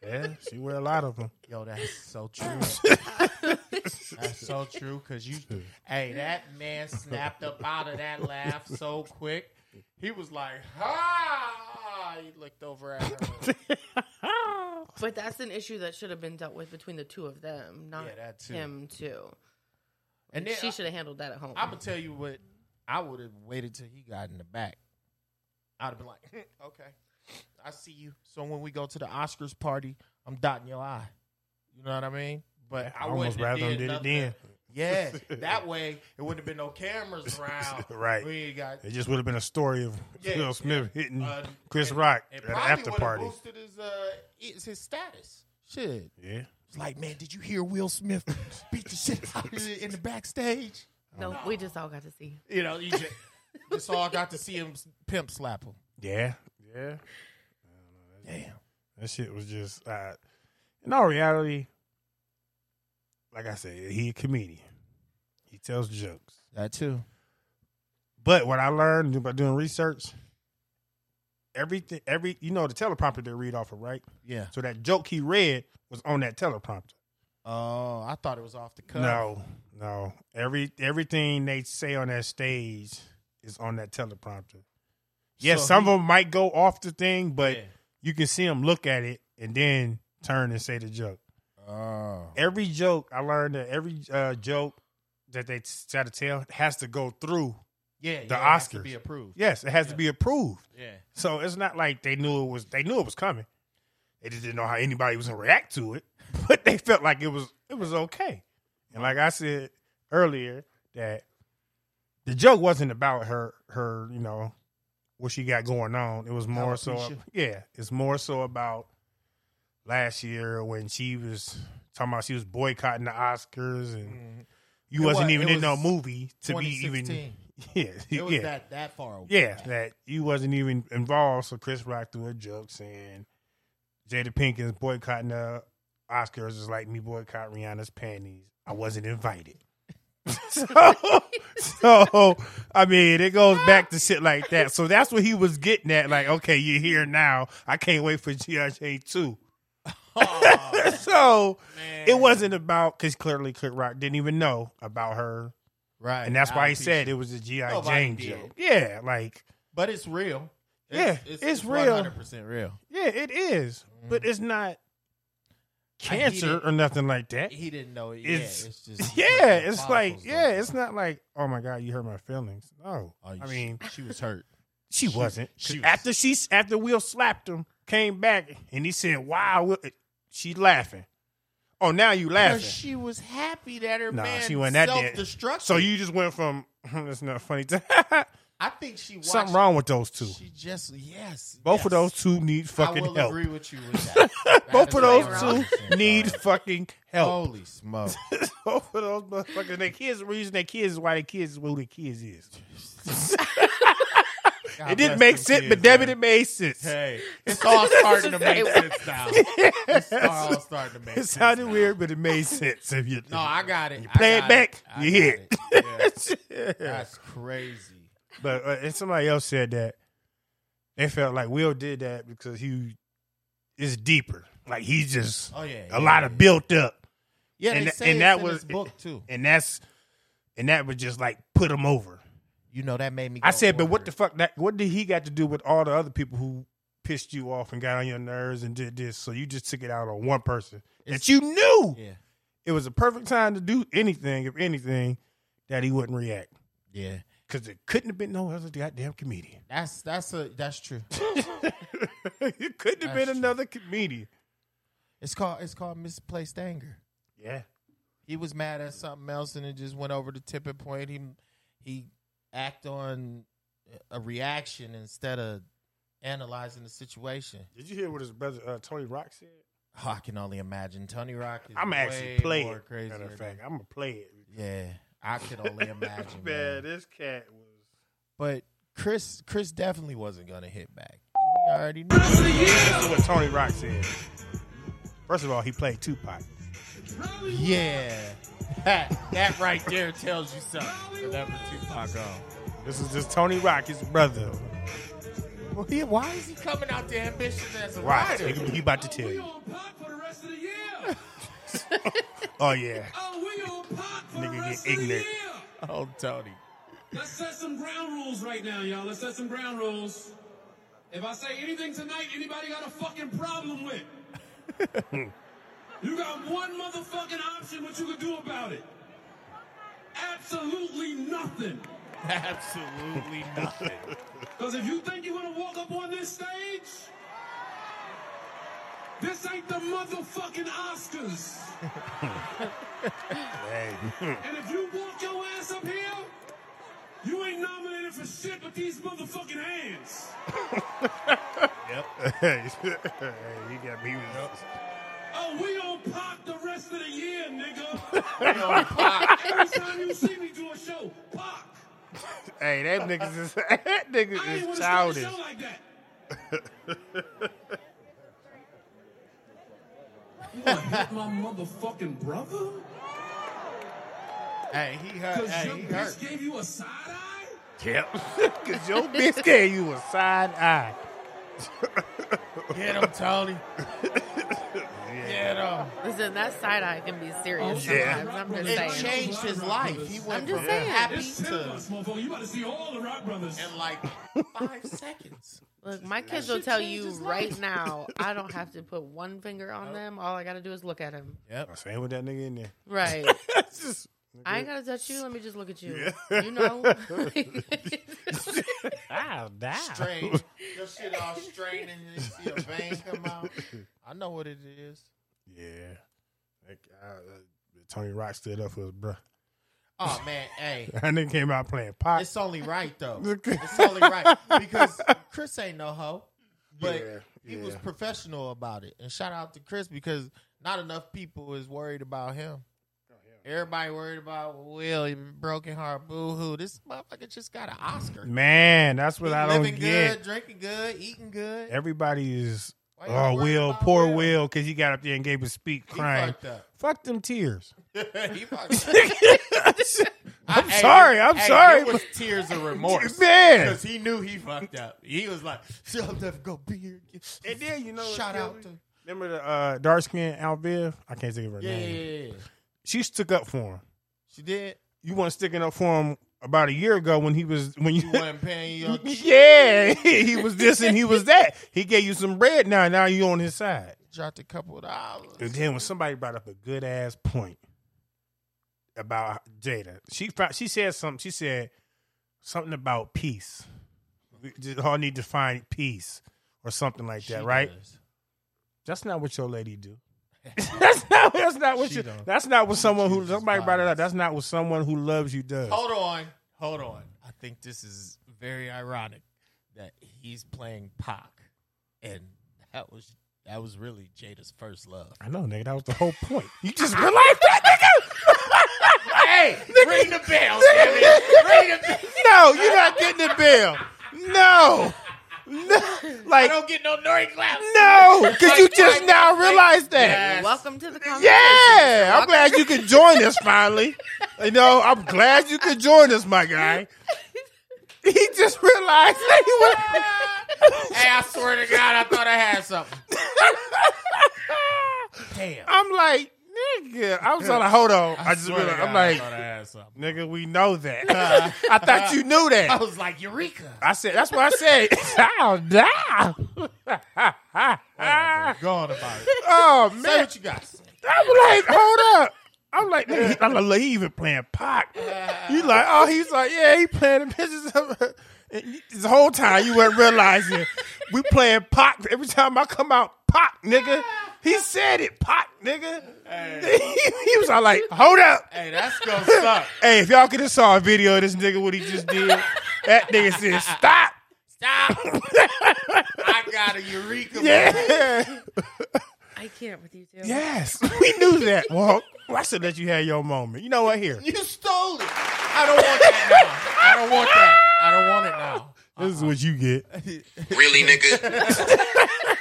[SPEAKER 3] Yeah, she wear a lot of them.
[SPEAKER 4] Yo, that's so true. that's so true. Cause you, hey, that man snapped up out of that laugh so quick. He was like, "Ha!" He looked over at her.
[SPEAKER 5] But that's an issue that should have been dealt with between the two of them, not
[SPEAKER 4] Yeah, that too.
[SPEAKER 5] him too.
[SPEAKER 4] And then
[SPEAKER 5] she should have handled that at home.
[SPEAKER 4] I'm gonna tell you what. I would have waited till he got in the back. I'd have been like, "Okay, I see you." So when we go to the Oscars party, I'm dotting your I. You know what I mean? But I,
[SPEAKER 3] I almost
[SPEAKER 4] wouldn't
[SPEAKER 3] rather
[SPEAKER 4] have
[SPEAKER 3] them
[SPEAKER 4] did
[SPEAKER 3] did it
[SPEAKER 4] nothing.
[SPEAKER 3] then.
[SPEAKER 4] Yeah, that way it wouldn't have been no cameras around.
[SPEAKER 3] Right.
[SPEAKER 4] We ain't got
[SPEAKER 3] It just would have been a story of
[SPEAKER 4] Yeah,
[SPEAKER 3] Will Smith hitting
[SPEAKER 4] uh,
[SPEAKER 3] Chris
[SPEAKER 4] and-
[SPEAKER 3] Rock
[SPEAKER 4] and
[SPEAKER 3] at an
[SPEAKER 4] probably
[SPEAKER 3] after
[SPEAKER 4] would've
[SPEAKER 3] party.
[SPEAKER 4] Boosted his uh, his his status. Shit.
[SPEAKER 3] Yeah,
[SPEAKER 4] It's like, man, did you hear Will Smith beat the shit out of you in the backstage?
[SPEAKER 5] no, we just all got to see.
[SPEAKER 4] You know, E you just, just all got to see him s- pimp slap him.
[SPEAKER 3] yeah, yeah.
[SPEAKER 4] Damn.
[SPEAKER 3] That shit was just. Uh, in all reality, like I said, he a comedian. He tells jokes.
[SPEAKER 4] That too.
[SPEAKER 3] But what I learned by doing research, everything, every you know the teleprompter they read off of, right?
[SPEAKER 4] Yeah.
[SPEAKER 3] So that joke he read was on that teleprompter.
[SPEAKER 4] Oh, I thought it was off the cuff.
[SPEAKER 3] No, no, every everything they say on that stage is on that teleprompter. Yes,
[SPEAKER 4] So
[SPEAKER 3] some
[SPEAKER 4] he-
[SPEAKER 3] of them might go off the thing, but
[SPEAKER 4] Yeah.
[SPEAKER 3] you can see them look at it and then turn and say the joke.
[SPEAKER 4] Oh.
[SPEAKER 3] Every joke I learned that every uh, joke that they try to tell has to go through. The
[SPEAKER 4] Yeah. yeah, it has to
[SPEAKER 3] Oscars.
[SPEAKER 4] be approved.
[SPEAKER 3] Yes, it has to be approved.
[SPEAKER 4] Yeah.
[SPEAKER 3] So it's not like they knew it was they knew it was coming. They just didn't know how anybody was gonna react to it. But they felt like it was it was okay. And like I said earlier, that the joke wasn't about her her, you know, what she got going on. It was more so
[SPEAKER 4] Alopecia.
[SPEAKER 3] yeah, it's more so about last year when she was talking about she was boycotting the Oscars and you
[SPEAKER 4] Mm-hmm. It
[SPEAKER 3] wasn't
[SPEAKER 4] wa-
[SPEAKER 3] even
[SPEAKER 4] it
[SPEAKER 3] in no
[SPEAKER 4] was
[SPEAKER 3] movie to be even
[SPEAKER 4] 2016.
[SPEAKER 3] yeah
[SPEAKER 4] It was
[SPEAKER 3] yeah.
[SPEAKER 4] that that far away.
[SPEAKER 3] Yeah, that you wasn't even involved. So Chris Rock threw a joke saying Jada Pinkins boycotting the Oscars is like me boycott Rihanna's panties. I wasn't invited. so, so, I mean, it goes back to shit like that. So that's what he was getting at. Like, okay, you're here now. I can't wait for GRJ two.
[SPEAKER 4] Oh,
[SPEAKER 3] so it wasn't about because clearly Click Rock didn't even know about her,
[SPEAKER 4] Right.
[SPEAKER 3] and that's why
[SPEAKER 4] I
[SPEAKER 3] he said
[SPEAKER 4] appreciate
[SPEAKER 3] it was a GI
[SPEAKER 4] Nobody
[SPEAKER 3] Jane
[SPEAKER 4] did.
[SPEAKER 3] joke. Yeah, like
[SPEAKER 4] But it's real.
[SPEAKER 3] Yeah, it's real.
[SPEAKER 4] 100% real.
[SPEAKER 3] yeah, it is, but it's not
[SPEAKER 4] I Mm. get
[SPEAKER 3] cancer
[SPEAKER 4] it.
[SPEAKER 3] or nothing like that.
[SPEAKER 4] He didn't know it.
[SPEAKER 3] It's-
[SPEAKER 4] yeah, it's just.
[SPEAKER 3] Yeah, it's like
[SPEAKER 4] follicles,
[SPEAKER 3] yeah,
[SPEAKER 4] though.
[SPEAKER 3] it's not like oh my god, you hurt my feelings. No,
[SPEAKER 4] Oh,
[SPEAKER 3] I mean
[SPEAKER 4] she was hurt.
[SPEAKER 3] She wasn't. 'Cause
[SPEAKER 4] she was-
[SPEAKER 3] After she after Will slapped him, came back and he said, "Wow, Will," she laughing." Oh, now you
[SPEAKER 4] But
[SPEAKER 3] laughing.
[SPEAKER 4] she was happy that her
[SPEAKER 3] Nah,
[SPEAKER 4] man
[SPEAKER 3] she wasn't that dead.
[SPEAKER 4] self-destructed.
[SPEAKER 3] So you just went from that's not funny. To,
[SPEAKER 4] I think she watched
[SPEAKER 3] something wrong with those two.
[SPEAKER 4] She just yes.
[SPEAKER 3] Both
[SPEAKER 4] yes.
[SPEAKER 3] of those two need
[SPEAKER 4] I
[SPEAKER 3] fucking
[SPEAKER 4] will
[SPEAKER 3] help.
[SPEAKER 4] agree with you with that.
[SPEAKER 3] Both of
[SPEAKER 5] They
[SPEAKER 3] those
[SPEAKER 5] wrong.
[SPEAKER 3] two need fucking help.
[SPEAKER 4] Holy smoke!
[SPEAKER 3] Both of those motherfuckers. Their kids. The reason their kids is why their kids is who their kids is.
[SPEAKER 4] God
[SPEAKER 3] It didn't
[SPEAKER 4] bless
[SPEAKER 3] make
[SPEAKER 4] them
[SPEAKER 3] sense,
[SPEAKER 4] kids,
[SPEAKER 3] but damn it,
[SPEAKER 4] man.
[SPEAKER 3] it made sense.
[SPEAKER 4] Hey, it's all starting to make sense now. It's all starting to make
[SPEAKER 3] It
[SPEAKER 4] sense.
[SPEAKER 3] sounded
[SPEAKER 4] now.
[SPEAKER 3] weird, but it made sense. If you
[SPEAKER 4] No, I got it. You
[SPEAKER 3] play it back, you hear
[SPEAKER 4] hit.
[SPEAKER 3] it.
[SPEAKER 4] That's crazy.
[SPEAKER 3] But uh, and somebody else said that they felt like Will did that because he is deeper. Like he's just
[SPEAKER 4] Oh yeah,
[SPEAKER 3] a lot of built up,
[SPEAKER 4] Yeah,
[SPEAKER 3] and-
[SPEAKER 4] and,
[SPEAKER 3] and that
[SPEAKER 4] that was
[SPEAKER 3] was-
[SPEAKER 4] his book too.
[SPEAKER 3] and that's and that would just like put him over.
[SPEAKER 4] You know that made me.
[SPEAKER 3] I
[SPEAKER 4] go
[SPEAKER 3] said, but what
[SPEAKER 4] order
[SPEAKER 3] the
[SPEAKER 4] it.
[SPEAKER 3] fuck? That what did he got to do with all the other people who pissed you off and got on your nerves and did this? So you just took it out on one person that you knew
[SPEAKER 4] Yeah,
[SPEAKER 3] it was a perfect time to do anything, if anything, that he wouldn't react
[SPEAKER 4] yeah.
[SPEAKER 3] because it couldn't have been no other goddamn comedian.
[SPEAKER 4] That's that's a that's true.
[SPEAKER 3] it couldn't have
[SPEAKER 4] That's
[SPEAKER 3] been
[SPEAKER 4] true.
[SPEAKER 3] another comedian.
[SPEAKER 4] It's called it's called misplaced anger.
[SPEAKER 3] Yeah.
[SPEAKER 4] He was mad at something else and it just went over the tipping point. He he act on a reaction instead of analyzing the situation.
[SPEAKER 3] Did you hear what his brother uh, Tony Rock said?
[SPEAKER 4] Oh, I can only imagine. Tony Rock is
[SPEAKER 3] I'm
[SPEAKER 4] way
[SPEAKER 3] gonna actually play
[SPEAKER 4] more
[SPEAKER 3] it.
[SPEAKER 4] crazy.
[SPEAKER 3] matter of
[SPEAKER 4] than-
[SPEAKER 3] fact, I'm gonna play it.
[SPEAKER 4] Yeah, I could only imagine.
[SPEAKER 3] Man,
[SPEAKER 4] man.
[SPEAKER 3] this cat was.
[SPEAKER 4] But Chris Chris definitely wasn't gonna hit back. He already knew.
[SPEAKER 3] This is what Tony Rock said. First of all, he played Tupac.
[SPEAKER 4] Yeah. That, that right there tells you something. Whatever Tupac on.
[SPEAKER 3] This is just Tony Rock, his brother.
[SPEAKER 4] Well, he, why is he coming out there ambitious as a
[SPEAKER 3] Right,
[SPEAKER 4] rider?
[SPEAKER 3] he, he about to tell you. Oh yeah, Nigga get ignorant.
[SPEAKER 4] Oh, Tony.
[SPEAKER 6] Let's set some ground rules right now, y'all. Let's set some ground rules. If I say anything tonight, anybody got a fucking problem with? you got one motherfucking option what you can do about it. Absolutely nothing.
[SPEAKER 4] Absolutely nothing.
[SPEAKER 6] Because if you think you're gonna walk up on this stage, this ain't the motherfucking Oscars. and if you walk your ass up here, you ain't nominated for shit but these motherfucking hands.
[SPEAKER 3] Hey, he got me. he was-
[SPEAKER 6] Oh, we don't pop the rest of the year, nigga. Every time you see me do a show, pop.
[SPEAKER 3] Hey, that niggas is that
[SPEAKER 6] I ain't
[SPEAKER 3] niggas
[SPEAKER 6] want
[SPEAKER 3] is
[SPEAKER 6] to start a
[SPEAKER 3] childish.
[SPEAKER 6] show like that. you wanna hit my motherfucking brother?
[SPEAKER 4] hey, he hurt.
[SPEAKER 6] Because
[SPEAKER 4] Hey,
[SPEAKER 6] your
[SPEAKER 4] he
[SPEAKER 6] bitch
[SPEAKER 4] hurt.
[SPEAKER 6] gave you a side eye?
[SPEAKER 3] Yep, cause your bitch gave you a side eye.
[SPEAKER 4] Get him, Tony. Get him.
[SPEAKER 5] Listen, that side eye can be serious.
[SPEAKER 6] Oh, yeah.
[SPEAKER 5] Sometimes. I'm just
[SPEAKER 4] It
[SPEAKER 5] saying.
[SPEAKER 4] changed his life. He went
[SPEAKER 5] I'm just
[SPEAKER 4] from
[SPEAKER 5] saying.
[SPEAKER 4] happy
[SPEAKER 6] It's ten of
[SPEAKER 4] to
[SPEAKER 6] us, motherfucker. You about to see all the Rock Brothers.
[SPEAKER 4] in like five seconds.
[SPEAKER 5] Look, my kids will tell you right now. I don't have to put one finger on them. All I got to do is look at them.
[SPEAKER 3] I'm saying with that nigga in there.
[SPEAKER 5] Right.
[SPEAKER 3] That's just
[SPEAKER 5] I ain't gotta touch you. Let me just look at you. You know,
[SPEAKER 3] ah, damn.
[SPEAKER 4] Strange. Your shit all strained and you see a vein come out. I know what it is.
[SPEAKER 3] Yeah. Like, uh, uh, Tony Rock stood up for his bruh.
[SPEAKER 4] Oh man, hey.
[SPEAKER 3] And then came out playing pop.
[SPEAKER 4] It's only right though. It's only right because Chris ain't no hoe, but
[SPEAKER 3] Yeah,
[SPEAKER 4] he was
[SPEAKER 3] yeah.
[SPEAKER 4] professional about it. And shout out to Chris because not enough people is worried about him. Everybody worried about Will, he broken heart, boo hoo. This motherfucker just got an Oscar.
[SPEAKER 3] Man, that's what
[SPEAKER 4] He
[SPEAKER 3] I
[SPEAKER 4] living
[SPEAKER 3] don't
[SPEAKER 4] good,
[SPEAKER 3] get.
[SPEAKER 4] drinking good, eating good.
[SPEAKER 3] Everybody is
[SPEAKER 4] Why you
[SPEAKER 3] Oh,
[SPEAKER 4] worried
[SPEAKER 3] Will,
[SPEAKER 4] about
[SPEAKER 3] poor Will, because he got up there and gave a speech crying.
[SPEAKER 4] fucked up.
[SPEAKER 3] Fuck them tears.
[SPEAKER 4] He fucked up.
[SPEAKER 3] I'm
[SPEAKER 4] Hey,
[SPEAKER 3] sorry.
[SPEAKER 4] there-
[SPEAKER 3] I'm
[SPEAKER 4] hey,
[SPEAKER 3] sorry.
[SPEAKER 4] There was tears of remorse.
[SPEAKER 3] Man.
[SPEAKER 4] Because he knew he fucked up. He was like, "So I'm never gonna be here." again."
[SPEAKER 3] And then, you know,
[SPEAKER 4] shout
[SPEAKER 3] it's
[SPEAKER 4] out
[SPEAKER 3] really-
[SPEAKER 4] to
[SPEAKER 3] Remember the uh, dark skinned Alviv? I can't think of her
[SPEAKER 4] yeah, yeah,
[SPEAKER 3] name.
[SPEAKER 4] yeah, yeah.
[SPEAKER 3] She took up for him.
[SPEAKER 4] She did.
[SPEAKER 3] You weren't sticking up for him about a year ago when he was when you
[SPEAKER 4] You wasn't paying your.
[SPEAKER 3] Yeah, he was this and he was that. He gave you some bread now, now you on his side.
[SPEAKER 4] dropped a couple of dollars.
[SPEAKER 3] And then when somebody brought up a good ass point about Jada, she found, she said something. She said something about peace. We just all need to find peace or something like that,
[SPEAKER 4] She
[SPEAKER 3] right?
[SPEAKER 4] does.
[SPEAKER 3] That's not what your lady do. that's not. That's not what
[SPEAKER 4] She
[SPEAKER 3] you.
[SPEAKER 4] don't.
[SPEAKER 3] That's not what someone who
[SPEAKER 4] chooses
[SPEAKER 3] somebody brought it up.
[SPEAKER 4] violence.
[SPEAKER 3] That's not what someone who loves you does.
[SPEAKER 4] Hold on, hold on. I think this is very ironic that he's playing Pac, and that was that was really Jada's first love.
[SPEAKER 3] I know, nigga. That was the whole point. You just realized that, nigga. hey,
[SPEAKER 4] Ring the bell, damn it! Ring the bell.
[SPEAKER 3] no, you're not getting the bill. No, no,
[SPEAKER 4] I
[SPEAKER 3] like
[SPEAKER 4] don't get no Nori clap.
[SPEAKER 3] no, because you just
[SPEAKER 4] Like,
[SPEAKER 3] now
[SPEAKER 4] like,
[SPEAKER 3] realized that.
[SPEAKER 4] Yes.
[SPEAKER 5] Welcome to the conversation.
[SPEAKER 3] Yeah, I'm
[SPEAKER 5] Welcome-
[SPEAKER 3] glad you could join us finally. You know, I'm glad you could join us, my guy. He just realized that he was.
[SPEAKER 4] Hey, I swear to God, I thought I had something. Damn.
[SPEAKER 3] I'm like, nigga. I was like, hold on. I, just
[SPEAKER 4] swear to
[SPEAKER 3] realized. I'm
[SPEAKER 4] God, I
[SPEAKER 3] like,
[SPEAKER 4] thought I had something.
[SPEAKER 3] nigga, we know that. I thought you knew
[SPEAKER 4] I
[SPEAKER 3] that.
[SPEAKER 4] was like, Eureka.
[SPEAKER 3] I said, that's what I said. oh, nah.
[SPEAKER 4] Gone about it.
[SPEAKER 3] oh
[SPEAKER 4] Say
[SPEAKER 3] man.
[SPEAKER 4] what you got.
[SPEAKER 3] I'm like, hold up. I'm like, nigga, he, I'm like, he even playing Pac. You like, oh, he's like, yeah, he playing the bitches. up. And you- This whole time you weren't realizing we playing Pac. Every time I come out, Pac, nigga. He said it, Pac, nigga. he was all like, hold up.
[SPEAKER 4] Hey, that's gonna suck.
[SPEAKER 3] Hey, if y'all could have saw a video of this nigga, what he just did, that nigga said, stop.
[SPEAKER 4] Stop. I got a Eureka.
[SPEAKER 3] Yeah.
[SPEAKER 5] I can't with you two.
[SPEAKER 3] Yes. We knew that, Walt. Well, I should let you have your moment. You know what? Here.
[SPEAKER 4] You stole it. I don't want that now. I don't want that. I don't want it now.
[SPEAKER 3] This is what you get.
[SPEAKER 7] Really, nigga?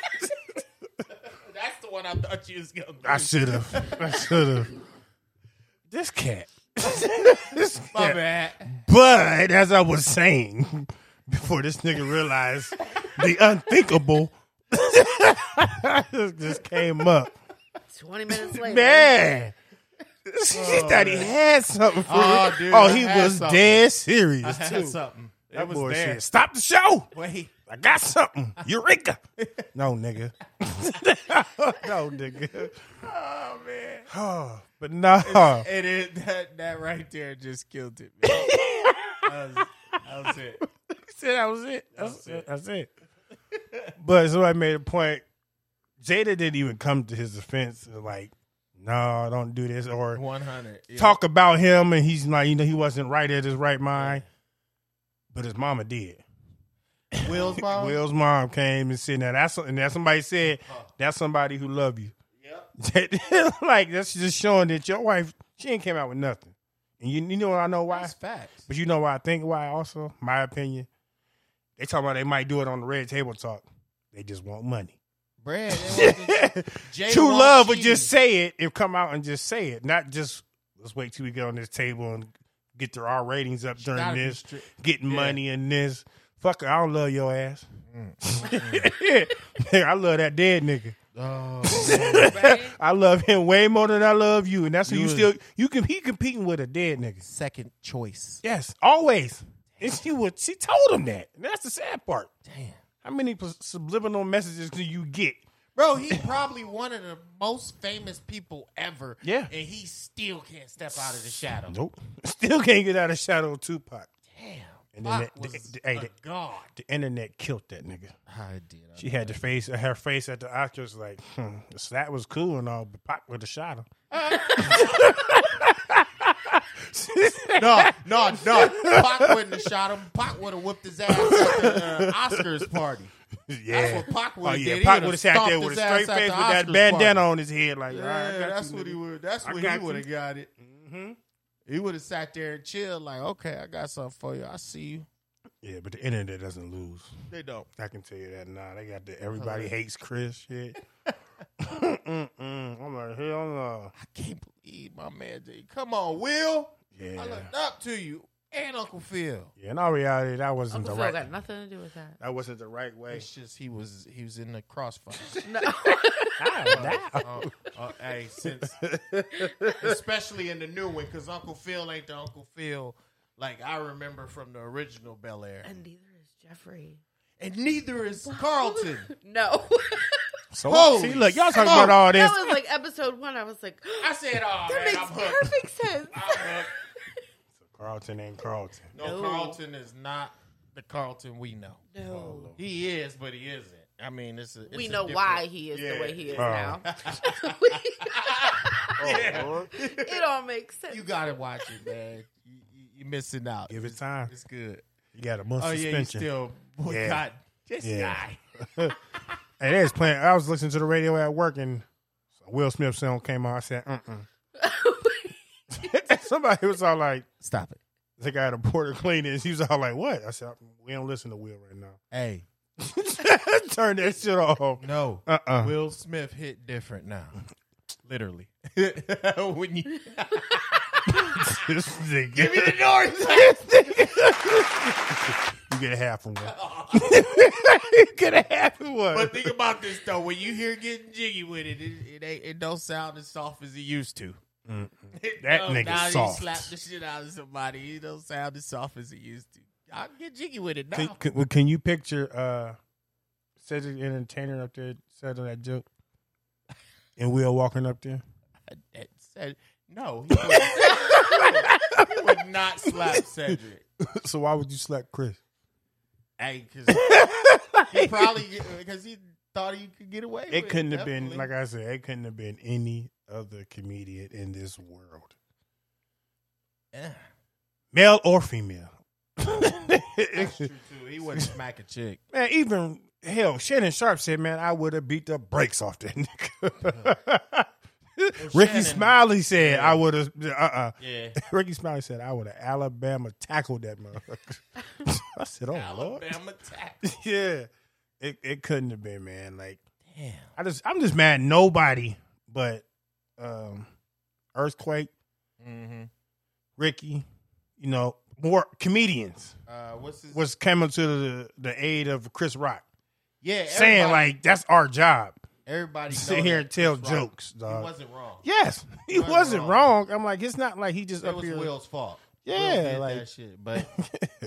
[SPEAKER 4] That's the one I thought you was gonna.
[SPEAKER 3] I should have. I should have. This cat. this
[SPEAKER 4] My
[SPEAKER 3] cat.
[SPEAKER 4] bad.
[SPEAKER 3] But as I was saying, before this nigga realized the unthinkable just came up.
[SPEAKER 5] 20 minutes later.
[SPEAKER 3] Man. She thought he had something for
[SPEAKER 4] Oh,
[SPEAKER 3] her.
[SPEAKER 4] dude,
[SPEAKER 3] oh,
[SPEAKER 4] I
[SPEAKER 3] he
[SPEAKER 4] had
[SPEAKER 3] was
[SPEAKER 4] something.
[SPEAKER 3] dead serious
[SPEAKER 4] I
[SPEAKER 3] too.
[SPEAKER 4] had something.
[SPEAKER 3] That
[SPEAKER 4] It was
[SPEAKER 3] boy
[SPEAKER 4] there.
[SPEAKER 3] said, "Stop the show!
[SPEAKER 4] Wait.
[SPEAKER 3] I got something. Eureka!" no, nigga. no, nigga.
[SPEAKER 4] Oh man.
[SPEAKER 3] But nah.
[SPEAKER 4] It is that that right there just killed it. Man. that, was, that was it.
[SPEAKER 3] said that was it. That's,
[SPEAKER 4] was
[SPEAKER 3] it.
[SPEAKER 4] it.
[SPEAKER 3] That's it. but somebody made a point. Jada didn't even come to his defense. Like, no, don't do this. Or
[SPEAKER 4] One hundred.
[SPEAKER 3] talk about him, and he's like, you know, he wasn't right at his right mind. But his mama did.
[SPEAKER 4] Will's mom.
[SPEAKER 3] Will's mom came and said, now that's and that somebody said that's somebody who love you. like that's just showing that your wife she ain't came out with nothing. And you, you know I know why.
[SPEAKER 4] That's facts.
[SPEAKER 3] But you know why I think why also, my opinion. They talking about they might do it on the red table talk. They just want money.
[SPEAKER 4] Brad. Jada
[SPEAKER 3] True
[SPEAKER 4] wants
[SPEAKER 3] love would
[SPEAKER 4] cheese.
[SPEAKER 3] just say it and come out and just say it. Not just let's wait till we get on this table and get their R ratings up during
[SPEAKER 4] gotta be
[SPEAKER 3] this,
[SPEAKER 4] strict.
[SPEAKER 3] getting
[SPEAKER 4] Yeah.
[SPEAKER 3] money in this. Fucker, I don't love your ass.
[SPEAKER 4] Mm.
[SPEAKER 3] Nigga, I love that dead nigga. Oh.
[SPEAKER 5] Right?
[SPEAKER 3] I love him way more than I love you, and that's who you,
[SPEAKER 4] You is-
[SPEAKER 3] still you can he competing with a dead nigga.
[SPEAKER 4] second choice.
[SPEAKER 3] Yes, always. And she would. She told him that. And that's the sad part.
[SPEAKER 4] Damn.
[SPEAKER 3] How many pos- subliminal messages do you get?
[SPEAKER 4] Bro, he's probably one of the most famous people ever.
[SPEAKER 3] Yeah.
[SPEAKER 4] And he still can't step out of the shadow.
[SPEAKER 3] Nope. Still can't get out of shadow of Tupac.
[SPEAKER 4] Damn.
[SPEAKER 3] And
[SPEAKER 4] And
[SPEAKER 3] then
[SPEAKER 4] then
[SPEAKER 3] the-
[SPEAKER 4] was
[SPEAKER 3] the- hey,
[SPEAKER 4] a
[SPEAKER 3] the-
[SPEAKER 4] god.
[SPEAKER 3] The internet killed that nigga.
[SPEAKER 4] I did.
[SPEAKER 3] She had the face, her face at the Oscars, like hmm, so that was cool and all, but Pac would have shot him.
[SPEAKER 4] No, no, no. Pac wouldn't have shot him. Pac would have whipped his ass at the uh, Oscars party.
[SPEAKER 3] Yeah,
[SPEAKER 4] That's what Pac would
[SPEAKER 3] oh
[SPEAKER 4] have
[SPEAKER 3] yeah,
[SPEAKER 4] did. He
[SPEAKER 3] Pac
[SPEAKER 4] would've
[SPEAKER 3] would have sat there with
[SPEAKER 4] stomped
[SPEAKER 3] a
[SPEAKER 4] his ass
[SPEAKER 3] straight
[SPEAKER 4] at
[SPEAKER 3] face with
[SPEAKER 4] the
[SPEAKER 3] that
[SPEAKER 4] Oscars
[SPEAKER 3] bandana
[SPEAKER 4] party.
[SPEAKER 3] on his head, like all right, I
[SPEAKER 4] Yeah,
[SPEAKER 3] got
[SPEAKER 4] that's
[SPEAKER 3] you,
[SPEAKER 4] what he
[SPEAKER 3] nigga.
[SPEAKER 4] would. That's
[SPEAKER 3] I
[SPEAKER 4] what
[SPEAKER 3] got Mm-hmm.
[SPEAKER 4] he
[SPEAKER 3] you.
[SPEAKER 4] would have got it. He would have sat there and chill, like, okay, I got something for you. I see you.
[SPEAKER 3] Yeah, but the internet doesn't lose.
[SPEAKER 4] They don't.
[SPEAKER 3] I can tell you that now. They got the everybody hates Chris shit. Mm-mm. I'm like, hell no.
[SPEAKER 4] I can't believe my man. Did. Come on, Will.
[SPEAKER 3] Yeah.
[SPEAKER 4] I looked up to you and Uncle Phil.
[SPEAKER 3] Yeah, in all reality, that wasn't
[SPEAKER 5] Uncle
[SPEAKER 3] the
[SPEAKER 5] Phil
[SPEAKER 3] right
[SPEAKER 5] got nothing to do with that.
[SPEAKER 3] That wasn't the right way.
[SPEAKER 4] It's just he was he was in the crossfire.
[SPEAKER 3] Ah,
[SPEAKER 4] uh, uh, hey, since especially in the new one, because Uncle Phil ain't the Uncle Phil like I remember from the original Bel Air,
[SPEAKER 5] And neither is Jeffrey.
[SPEAKER 4] and neither is Carlton.
[SPEAKER 5] No.
[SPEAKER 3] so,
[SPEAKER 4] Holy
[SPEAKER 3] see, look, y'all talking
[SPEAKER 4] smoke.
[SPEAKER 3] about all
[SPEAKER 5] that
[SPEAKER 3] this.
[SPEAKER 5] was like episode one. I was like,
[SPEAKER 4] I said, "Oh,
[SPEAKER 5] that
[SPEAKER 4] man,
[SPEAKER 5] makes
[SPEAKER 4] I'm hooked.
[SPEAKER 5] perfect sense.
[SPEAKER 4] I'm hooked."
[SPEAKER 3] Carlton ain't Carlton.
[SPEAKER 4] No,
[SPEAKER 5] No.
[SPEAKER 4] Carlton is not the Carlton we know.
[SPEAKER 5] No.
[SPEAKER 4] He is, but he isn't. I mean, it's a, it's
[SPEAKER 5] we
[SPEAKER 4] a
[SPEAKER 5] know
[SPEAKER 4] different-
[SPEAKER 5] why he is
[SPEAKER 4] Yeah.
[SPEAKER 5] the way he is
[SPEAKER 3] Oh.
[SPEAKER 5] now. it all makes sense.
[SPEAKER 4] You gotta watch it, man. You, you, you're missing out.
[SPEAKER 3] Give it time.
[SPEAKER 4] It's good.
[SPEAKER 3] You got a month
[SPEAKER 4] Oh yeah, you
[SPEAKER 3] suspension.
[SPEAKER 4] still boy,
[SPEAKER 3] Yeah.
[SPEAKER 4] God, this
[SPEAKER 3] Yeah.
[SPEAKER 4] guy.
[SPEAKER 3] Hey, they was playing. I was listening to the radio at work, and Will Smith song came on. I said, "Uh." Somebody was all like,
[SPEAKER 4] Stop it.
[SPEAKER 3] "The guy at the border cleaning." She was all like, "What?" I said, "We don't listen to Will right now.
[SPEAKER 4] Hey,
[SPEAKER 3] Turn that shit off."
[SPEAKER 4] no.
[SPEAKER 3] Uh uh
[SPEAKER 4] Will Smith hit different now. Literally. when you
[SPEAKER 3] This nigga. Give
[SPEAKER 4] the doors.
[SPEAKER 3] You get a half of one. you get a half of one.
[SPEAKER 4] but think about this though. When you hear getting jiggy with it, it, it ain't it don't sound as soft as it used to.
[SPEAKER 3] That
[SPEAKER 4] No,
[SPEAKER 3] nigga
[SPEAKER 4] now
[SPEAKER 3] soft.
[SPEAKER 4] You slap the shit out of somebody. It don't sound as soft as it used to. I can get jiggy with it now.
[SPEAKER 3] can, can, well, can you picture uh, Cedric the Entertainer up there selling that joke? And Will walking up there?
[SPEAKER 4] That said, no, he would, he would not slap Cedric.
[SPEAKER 3] so why would you slap Chris?
[SPEAKER 4] Hey, 'cause he probably because he thought he could get away. with
[SPEAKER 3] It couldn't have been,
[SPEAKER 4] definitely.
[SPEAKER 3] like I said, it couldn't have been any other comedian in this world,
[SPEAKER 4] Yeah.
[SPEAKER 3] male or female.
[SPEAKER 4] That's true too. He wouldn't smack a chick.
[SPEAKER 3] Man, even hell, Shannon Sharp said, "Man, I would have beat the brakes off that nigga." Ricky
[SPEAKER 4] Shannon-
[SPEAKER 3] Smiley said, "I would have." Uh, uh
[SPEAKER 4] Yeah,
[SPEAKER 3] Ricky Smiley said, "I would have Alabama tackled that motherfucker." I said, "Oh Lord,
[SPEAKER 4] Alabama tackle.
[SPEAKER 3] yeah." It it couldn't have been, man. Like
[SPEAKER 4] Damn.
[SPEAKER 3] I just, I'm just mad. Nobody but um, earthquake,
[SPEAKER 4] Mm-hmm.
[SPEAKER 3] Ricky, you know, more comedians
[SPEAKER 4] Uh, what's his?
[SPEAKER 3] was coming to the the aid of Chris Rock,
[SPEAKER 4] yeah,
[SPEAKER 3] saying
[SPEAKER 4] everybody-
[SPEAKER 3] like, "That's our job."
[SPEAKER 4] everybody
[SPEAKER 3] sit
[SPEAKER 4] know
[SPEAKER 3] here
[SPEAKER 4] that
[SPEAKER 3] and tell
[SPEAKER 4] Chris Rock-
[SPEAKER 3] jokes,
[SPEAKER 4] He
[SPEAKER 3] dog.
[SPEAKER 4] wasn't wrong.
[SPEAKER 3] Yes, he
[SPEAKER 4] wasn't
[SPEAKER 3] wasn't
[SPEAKER 4] wrong.
[SPEAKER 3] wrong. I'm like, it's not like he just
[SPEAKER 4] it
[SPEAKER 3] up
[SPEAKER 4] was
[SPEAKER 3] here.
[SPEAKER 4] Will's fault.
[SPEAKER 3] Yeah,
[SPEAKER 4] Will did
[SPEAKER 3] like-
[SPEAKER 4] that shit. But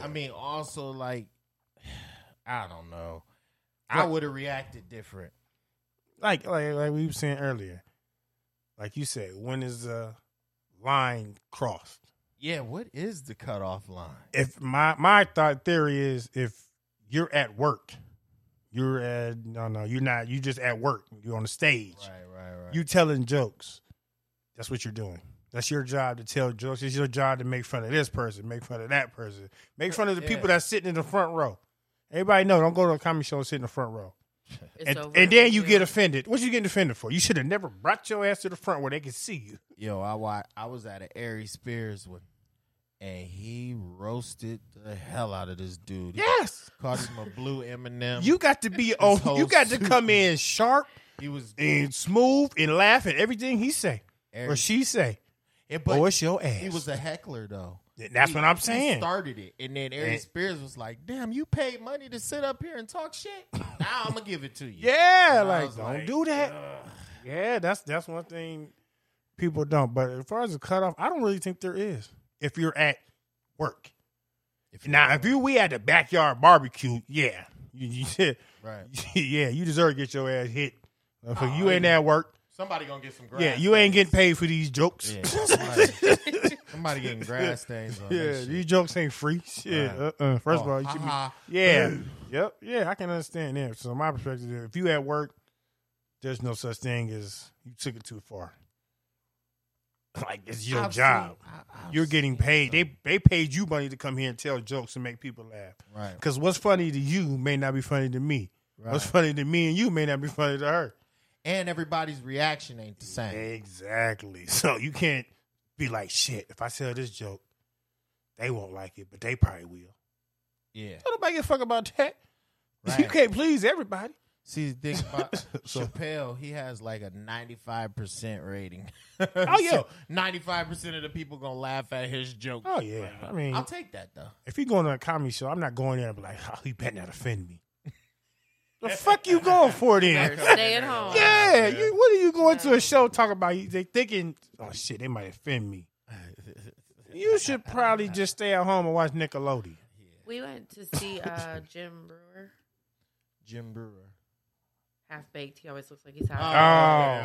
[SPEAKER 4] I mean, also like, I don't know. I would have reacted different.
[SPEAKER 3] Like, like, like we were saying earlier, like you said, when is the line crossed?
[SPEAKER 4] Yeah, what is the cutoff line?
[SPEAKER 3] If my my thought theory is, if you're at work, you're at no, no, you're not. You just at work. You're on the stage.
[SPEAKER 4] Right, right, right.
[SPEAKER 3] You telling jokes. That's what you're doing. That's your job to tell jokes. It's your job to make fun of this person, make fun of that person, make fun of the people that's sitting in the front row. Everybody know, don't go to a comedy show and sit in the front row.
[SPEAKER 5] It's
[SPEAKER 3] and,
[SPEAKER 5] over.
[SPEAKER 3] and then you get offended. What you getting offended for? You should have never brought your ass to the front where they could see you.
[SPEAKER 4] Yo, I wa- I was at an Ari Spears one, and he roasted the hell out of this dude. He
[SPEAKER 3] Yes,
[SPEAKER 4] called him a blue Eminem.
[SPEAKER 3] you got to be on.
[SPEAKER 4] whole
[SPEAKER 3] You got to
[SPEAKER 4] suit.
[SPEAKER 3] come in sharp
[SPEAKER 4] he was,
[SPEAKER 3] and smooth and laugh at everything he say or
[SPEAKER 4] Ari-
[SPEAKER 3] she say.
[SPEAKER 4] and- but
[SPEAKER 3] Or Oh, it's your ass.
[SPEAKER 4] he was a heckler though.
[SPEAKER 3] That's
[SPEAKER 4] He-
[SPEAKER 3] what I'm
[SPEAKER 4] he
[SPEAKER 3] saying.
[SPEAKER 4] started it, and then Ari
[SPEAKER 3] And-
[SPEAKER 4] Spears was like, "Damn, you paid money to sit up here and talk shit. Now I'm gonna give it to you."
[SPEAKER 3] Yeah,
[SPEAKER 4] And I
[SPEAKER 3] like
[SPEAKER 4] was
[SPEAKER 3] don't
[SPEAKER 4] like,
[SPEAKER 3] do that. Yeah, that's that's one thing people don't. But as far as the cutoff, I don't really think there is. If you're at work,
[SPEAKER 4] If
[SPEAKER 3] now if you we at the backyard barbecue, yeah, you, you,
[SPEAKER 4] Right.
[SPEAKER 3] yeah, you deserve to get your ass hit. Uh, for
[SPEAKER 4] Oh,
[SPEAKER 3] you ain't
[SPEAKER 4] yeah.
[SPEAKER 3] at work.
[SPEAKER 4] Somebody gonna get some grass.
[SPEAKER 3] Yeah, you ain't
[SPEAKER 4] stains.
[SPEAKER 3] getting paid for these jokes.
[SPEAKER 4] Yeah,
[SPEAKER 3] Yeah,
[SPEAKER 4] somebody, somebody getting grass stains on that shit.
[SPEAKER 3] these jokes ain't free. Shit.
[SPEAKER 4] Right.
[SPEAKER 3] Uh-uh. First of
[SPEAKER 4] Oh,
[SPEAKER 3] all, you should be.
[SPEAKER 4] ha-ha.
[SPEAKER 3] Yeah. yep. Yeah, I can understand that. So my perspective, is if you at work, there's no such thing as you took it too far. Like it's your
[SPEAKER 4] I've
[SPEAKER 3] job.
[SPEAKER 4] seen- I- I've
[SPEAKER 3] You're getting
[SPEAKER 4] seen
[SPEAKER 3] paid.
[SPEAKER 4] some.
[SPEAKER 3] They they paid you money to come here and tell jokes and make people laugh.
[SPEAKER 4] Right.
[SPEAKER 3] Because what's funny to you may not be funny to me. What's
[SPEAKER 4] Right.
[SPEAKER 3] funny to me and you may not be funny to her.
[SPEAKER 4] and everybody's reaction ain't the same.
[SPEAKER 3] Exactly. So you can't be like, shit, if I tell this joke, they won't like it, but they probably will.
[SPEAKER 4] Yeah.
[SPEAKER 3] Don't nobody give a fuck about that. You
[SPEAKER 4] Right.
[SPEAKER 3] can't please everybody.
[SPEAKER 4] See, the thing about Chappelle, he has like a 95% rating.
[SPEAKER 3] Oh, yeah.
[SPEAKER 4] 95% of the people going to laugh at his joke.
[SPEAKER 3] Oh yeah. I mean,
[SPEAKER 4] I'll take that, though.
[SPEAKER 3] if you going to a comedy show, I'm not going there and be like, oh, he better not offend me. the fuck you going for then?
[SPEAKER 5] Stay at home.
[SPEAKER 3] Yeah, you, what are you going to a show talking about? You- They thinking, oh shit, they might offend me. You should probably just stay at home and watch Nickelodeon.
[SPEAKER 5] We went to see uh, Jim Brewer,
[SPEAKER 4] Jim Brewer.
[SPEAKER 5] half baked. He always looks like he's half.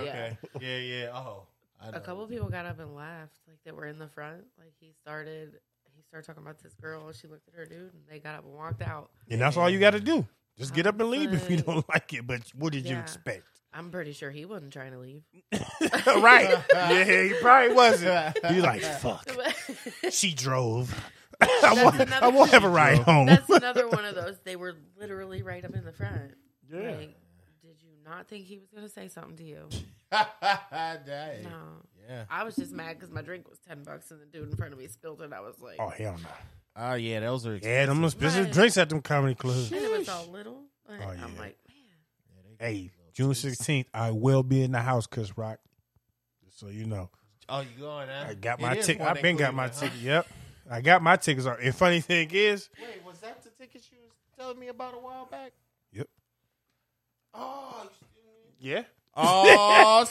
[SPEAKER 4] Oh,
[SPEAKER 5] baked.
[SPEAKER 3] Oh.
[SPEAKER 5] Yeah.
[SPEAKER 4] Yeah, yeah. Oh. I
[SPEAKER 5] A
[SPEAKER 4] know.
[SPEAKER 5] couple people got up and laughed, like that were in the front. Like he started, he started talking about this girl. She looked at her dude, and they got up and walked out.
[SPEAKER 3] And that's all you got to do. Just get up and leave if you don't like it. But what did you
[SPEAKER 5] Yeah.
[SPEAKER 3] expect?
[SPEAKER 5] I'm pretty sure he wasn't trying to leave.
[SPEAKER 3] right. Yeah, he probably wasn't. You like, fuck. She drove. I, won't, I
[SPEAKER 5] another-
[SPEAKER 3] won't have a ride home.
[SPEAKER 5] That's another one of those. They were literally right up in the front.
[SPEAKER 3] Yeah.
[SPEAKER 5] Like, did you not think he was going to say something to you?
[SPEAKER 4] Dang.
[SPEAKER 5] No.
[SPEAKER 4] Yeah.
[SPEAKER 5] I was just mad because my drink was ten bucks and the dude in front of me spilled it. I was like,
[SPEAKER 3] Oh, hell no.
[SPEAKER 4] Oh, yeah. Those are.
[SPEAKER 3] Yeah, them expensive
[SPEAKER 5] Right.
[SPEAKER 3] drinks at them comedy clubs.
[SPEAKER 5] and it was all little. Like,
[SPEAKER 3] Oh,
[SPEAKER 5] I'm
[SPEAKER 3] yeah.
[SPEAKER 5] like,
[SPEAKER 3] Hey, June 16th, I will be in the house, Chris Rock. Just so you know.
[SPEAKER 4] Oh, you going, huh?
[SPEAKER 3] I got
[SPEAKER 4] It
[SPEAKER 3] my
[SPEAKER 4] is
[SPEAKER 3] ticket.
[SPEAKER 4] one
[SPEAKER 3] I've
[SPEAKER 4] in
[SPEAKER 3] been got my
[SPEAKER 4] Cleveland,
[SPEAKER 3] ticket. Yep. I got my tickets. are- And funny thing is,
[SPEAKER 4] huh? Wait, was that the ticket you was telling me about a while back?
[SPEAKER 3] yep.
[SPEAKER 4] Oh,
[SPEAKER 3] Yeah.
[SPEAKER 4] oh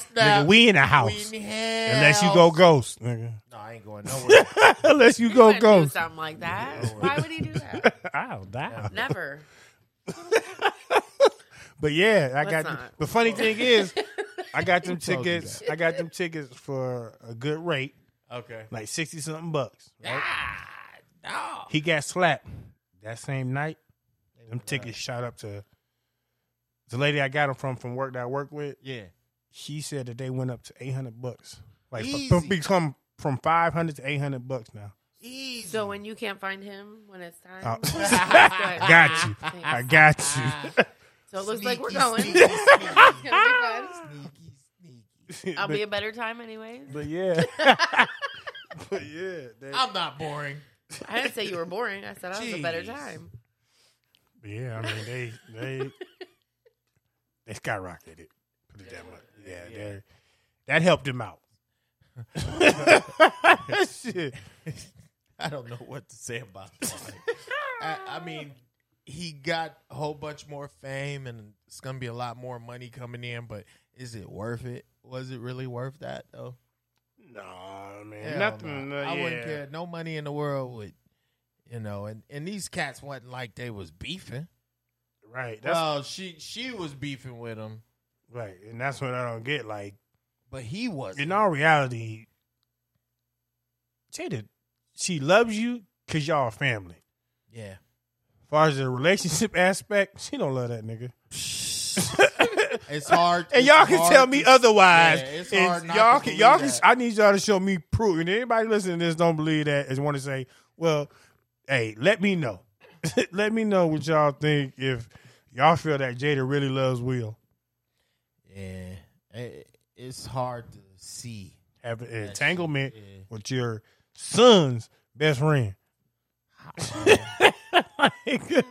[SPEAKER 4] snap.
[SPEAKER 3] Nigga, we in the
[SPEAKER 4] We
[SPEAKER 3] house.
[SPEAKER 4] in hell.
[SPEAKER 3] Oh, Unless you go ghost, nigga.
[SPEAKER 4] No, I ain't going nowhere.
[SPEAKER 3] Unless you
[SPEAKER 5] "Man,
[SPEAKER 3] go
[SPEAKER 5] he wouldn't do
[SPEAKER 3] ghost.
[SPEAKER 5] something like that. Why would he do that?
[SPEAKER 3] I'll die.
[SPEAKER 5] Never.
[SPEAKER 3] But yeah, I
[SPEAKER 5] Let's
[SPEAKER 3] got.
[SPEAKER 5] not.
[SPEAKER 3] The funny thing is, I got them
[SPEAKER 4] told you
[SPEAKER 3] tickets. I got them tickets for a good rate,
[SPEAKER 4] okay.
[SPEAKER 3] like sixty something bucks. right?
[SPEAKER 4] No.
[SPEAKER 3] He got slapped that same night. Them tickets shot up to the lady I got them from from work that I work with.
[SPEAKER 4] Yeah.
[SPEAKER 3] She said that they went up to eight hundred bucks. Like
[SPEAKER 4] Easy.
[SPEAKER 3] from, become from five hundred to eight hundred bucks now.
[SPEAKER 4] Easy.
[SPEAKER 5] So when you can't find him when it's time,
[SPEAKER 3] Oh.
[SPEAKER 5] it's like,
[SPEAKER 3] I got you.
[SPEAKER 5] Ah,
[SPEAKER 3] I got you.
[SPEAKER 5] so it looks like we're
[SPEAKER 4] Sneaky,
[SPEAKER 5] going.
[SPEAKER 4] sneaky,
[SPEAKER 5] It's gonna be fun.
[SPEAKER 4] sneaky, sneaky.
[SPEAKER 5] I'll be a better time anyways.
[SPEAKER 3] But yeah. but yeah. that-
[SPEAKER 4] I'm not boring.
[SPEAKER 5] I didn't say you were boring. I said I was a better
[SPEAKER 4] Jeez.
[SPEAKER 5] time.
[SPEAKER 3] yeah, I mean they they they skyrocketed it. Put it that much. Yeah, they that helped him out. Shit.
[SPEAKER 4] I don't know what to say about that. I, I mean, he got a whole bunch more fame, and it's gonna be a lot more money coming in. But is it worth it? Was it really worth that though?
[SPEAKER 3] No, man.
[SPEAKER 4] Hell
[SPEAKER 3] nothing.
[SPEAKER 4] no.
[SPEAKER 3] uh,
[SPEAKER 4] I
[SPEAKER 3] yeah.
[SPEAKER 4] wouldn't care. No money in the world would, you know. And and these cats wasn't like they was beefing.
[SPEAKER 3] Right. That's
[SPEAKER 4] Well, she she was beefing with him,
[SPEAKER 3] right. And that's what I don't get. Like
[SPEAKER 4] but he wasn't.
[SPEAKER 3] in all reality, Jada, she loves you because y'all a family.
[SPEAKER 4] yeah.
[SPEAKER 3] As far as the relationship aspect, she don't love that nigga.
[SPEAKER 4] It's hard.
[SPEAKER 3] And
[SPEAKER 4] it's
[SPEAKER 3] y'all can
[SPEAKER 4] hard
[SPEAKER 3] tell
[SPEAKER 4] to-
[SPEAKER 3] me otherwise.
[SPEAKER 4] Yeah, it's
[SPEAKER 3] And
[SPEAKER 4] hard not
[SPEAKER 3] y'all
[SPEAKER 4] to
[SPEAKER 3] can,
[SPEAKER 4] believe
[SPEAKER 3] y'all can.
[SPEAKER 4] that.
[SPEAKER 3] I need y'all to show me proof. And anybody listening to this don't believe that is want to say, well, hey, let me know. let me know what y'all think if y'all feel that Jada really loves Will.
[SPEAKER 4] Yeah, it, it's hard to see.
[SPEAKER 3] Have an entanglement
[SPEAKER 4] shit, yeah.
[SPEAKER 3] with your son's best friend. Like,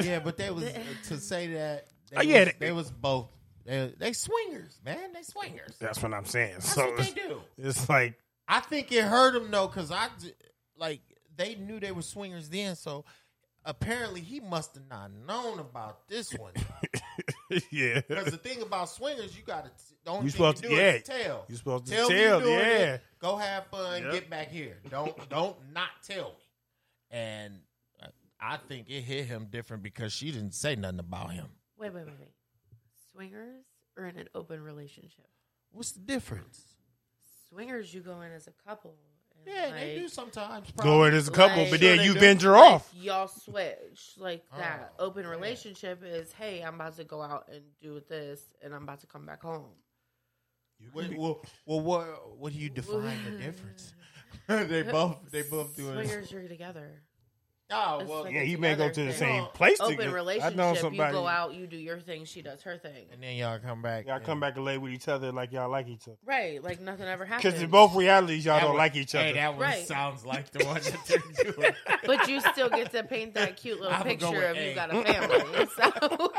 [SPEAKER 4] Yeah, but they was uh, to say that. They
[SPEAKER 3] Oh, yeah,
[SPEAKER 4] was,
[SPEAKER 3] they-
[SPEAKER 4] they was both. They, they swingers, man. They swingers. That's
[SPEAKER 3] that's what I'm saying. so
[SPEAKER 4] what they
[SPEAKER 3] it's,
[SPEAKER 4] do.
[SPEAKER 3] it's like
[SPEAKER 4] I think it hurt him though, because I d- like they knew they were swingers then, so apparently he must have not known about this one.
[SPEAKER 3] yeah.
[SPEAKER 4] Because the thing about swingers, you gotta don't
[SPEAKER 3] You
[SPEAKER 4] you
[SPEAKER 3] supposed
[SPEAKER 4] do
[SPEAKER 3] to- yeah.
[SPEAKER 4] is tell.
[SPEAKER 3] You supposed to
[SPEAKER 4] me
[SPEAKER 3] tell,
[SPEAKER 4] you doing
[SPEAKER 3] yeah.
[SPEAKER 4] it, go have fun.
[SPEAKER 3] Yep.
[SPEAKER 4] Get back here. Don't don't not tell me. And uh, I think it hit him different because she didn't say nothing about him.
[SPEAKER 5] Wait, wait, wait, wait. Swingers are in an open relationship.
[SPEAKER 4] What's the difference?
[SPEAKER 5] Swingers, you go in as a couple. and,
[SPEAKER 4] Yeah, they
[SPEAKER 5] like,
[SPEAKER 4] do sometimes.
[SPEAKER 3] Go
[SPEAKER 4] Probably.
[SPEAKER 3] in as a couple,
[SPEAKER 5] Like-
[SPEAKER 3] but then
[SPEAKER 4] Sure
[SPEAKER 3] you
[SPEAKER 4] they do.
[SPEAKER 3] bend her
[SPEAKER 5] like,
[SPEAKER 3] off.
[SPEAKER 5] Y'all switch like that.
[SPEAKER 4] Oh,
[SPEAKER 5] Open relationship is, hey, I'm about to go out and do this, and I'm about to come back home.
[SPEAKER 4] Well, well, well, what what do you define the difference? they both they both do it.
[SPEAKER 5] Swingers, you're together.
[SPEAKER 4] Oh
[SPEAKER 5] It's
[SPEAKER 4] well,
[SPEAKER 5] like
[SPEAKER 3] Yeah,
[SPEAKER 5] it's
[SPEAKER 3] you may go
[SPEAKER 5] another
[SPEAKER 3] to the
[SPEAKER 5] thing.
[SPEAKER 3] same place
[SPEAKER 5] Open
[SPEAKER 3] together.
[SPEAKER 5] relationship.
[SPEAKER 3] I know
[SPEAKER 5] You
[SPEAKER 3] somebody.
[SPEAKER 5] go out, you do your thing, she does her thing.
[SPEAKER 4] and then y'all come back.
[SPEAKER 3] Y'all come back and lay with each other like y'all like each other.
[SPEAKER 5] Right, like nothing ever happens.
[SPEAKER 3] Because in both realities, y'all
[SPEAKER 4] That
[SPEAKER 3] don't
[SPEAKER 4] one-
[SPEAKER 3] like each other.
[SPEAKER 4] Hey, that one
[SPEAKER 5] Right.
[SPEAKER 4] sounds like the one that they're doing.
[SPEAKER 5] But you still get to paint that cute little
[SPEAKER 4] I'ma go
[SPEAKER 5] picture
[SPEAKER 4] with
[SPEAKER 5] of
[SPEAKER 4] A.
[SPEAKER 5] you got a family.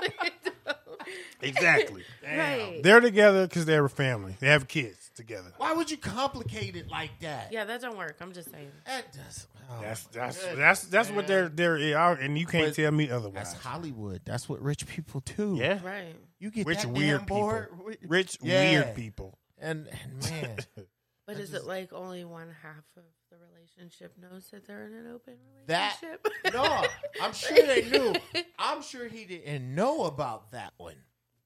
[SPEAKER 5] So,
[SPEAKER 3] exactly.
[SPEAKER 5] right.
[SPEAKER 3] They're together because they're a family. They have kids together.
[SPEAKER 4] Why would you complicate it like that?
[SPEAKER 5] Yeah, that don't work. I'm just saying.
[SPEAKER 4] That does. Oh,
[SPEAKER 3] That's
[SPEAKER 4] my
[SPEAKER 3] that's
[SPEAKER 4] goodness.
[SPEAKER 3] that's that's what they're they're in. I- and you can't
[SPEAKER 4] But
[SPEAKER 3] tell me otherwise.
[SPEAKER 4] That's Hollywood. That's what rich people do.
[SPEAKER 3] yeah,
[SPEAKER 5] Right.
[SPEAKER 4] you get
[SPEAKER 3] rich
[SPEAKER 4] that
[SPEAKER 3] weird
[SPEAKER 4] damn
[SPEAKER 3] people.
[SPEAKER 4] bored.
[SPEAKER 3] Rich
[SPEAKER 4] Yeah.
[SPEAKER 3] weird people.
[SPEAKER 4] And, and man,
[SPEAKER 5] But is it like only one half of the relationship knows that they're in an open
[SPEAKER 4] That-
[SPEAKER 5] relationship?
[SPEAKER 4] no, I'm sure they knew. I'm sure he didn't know about that one.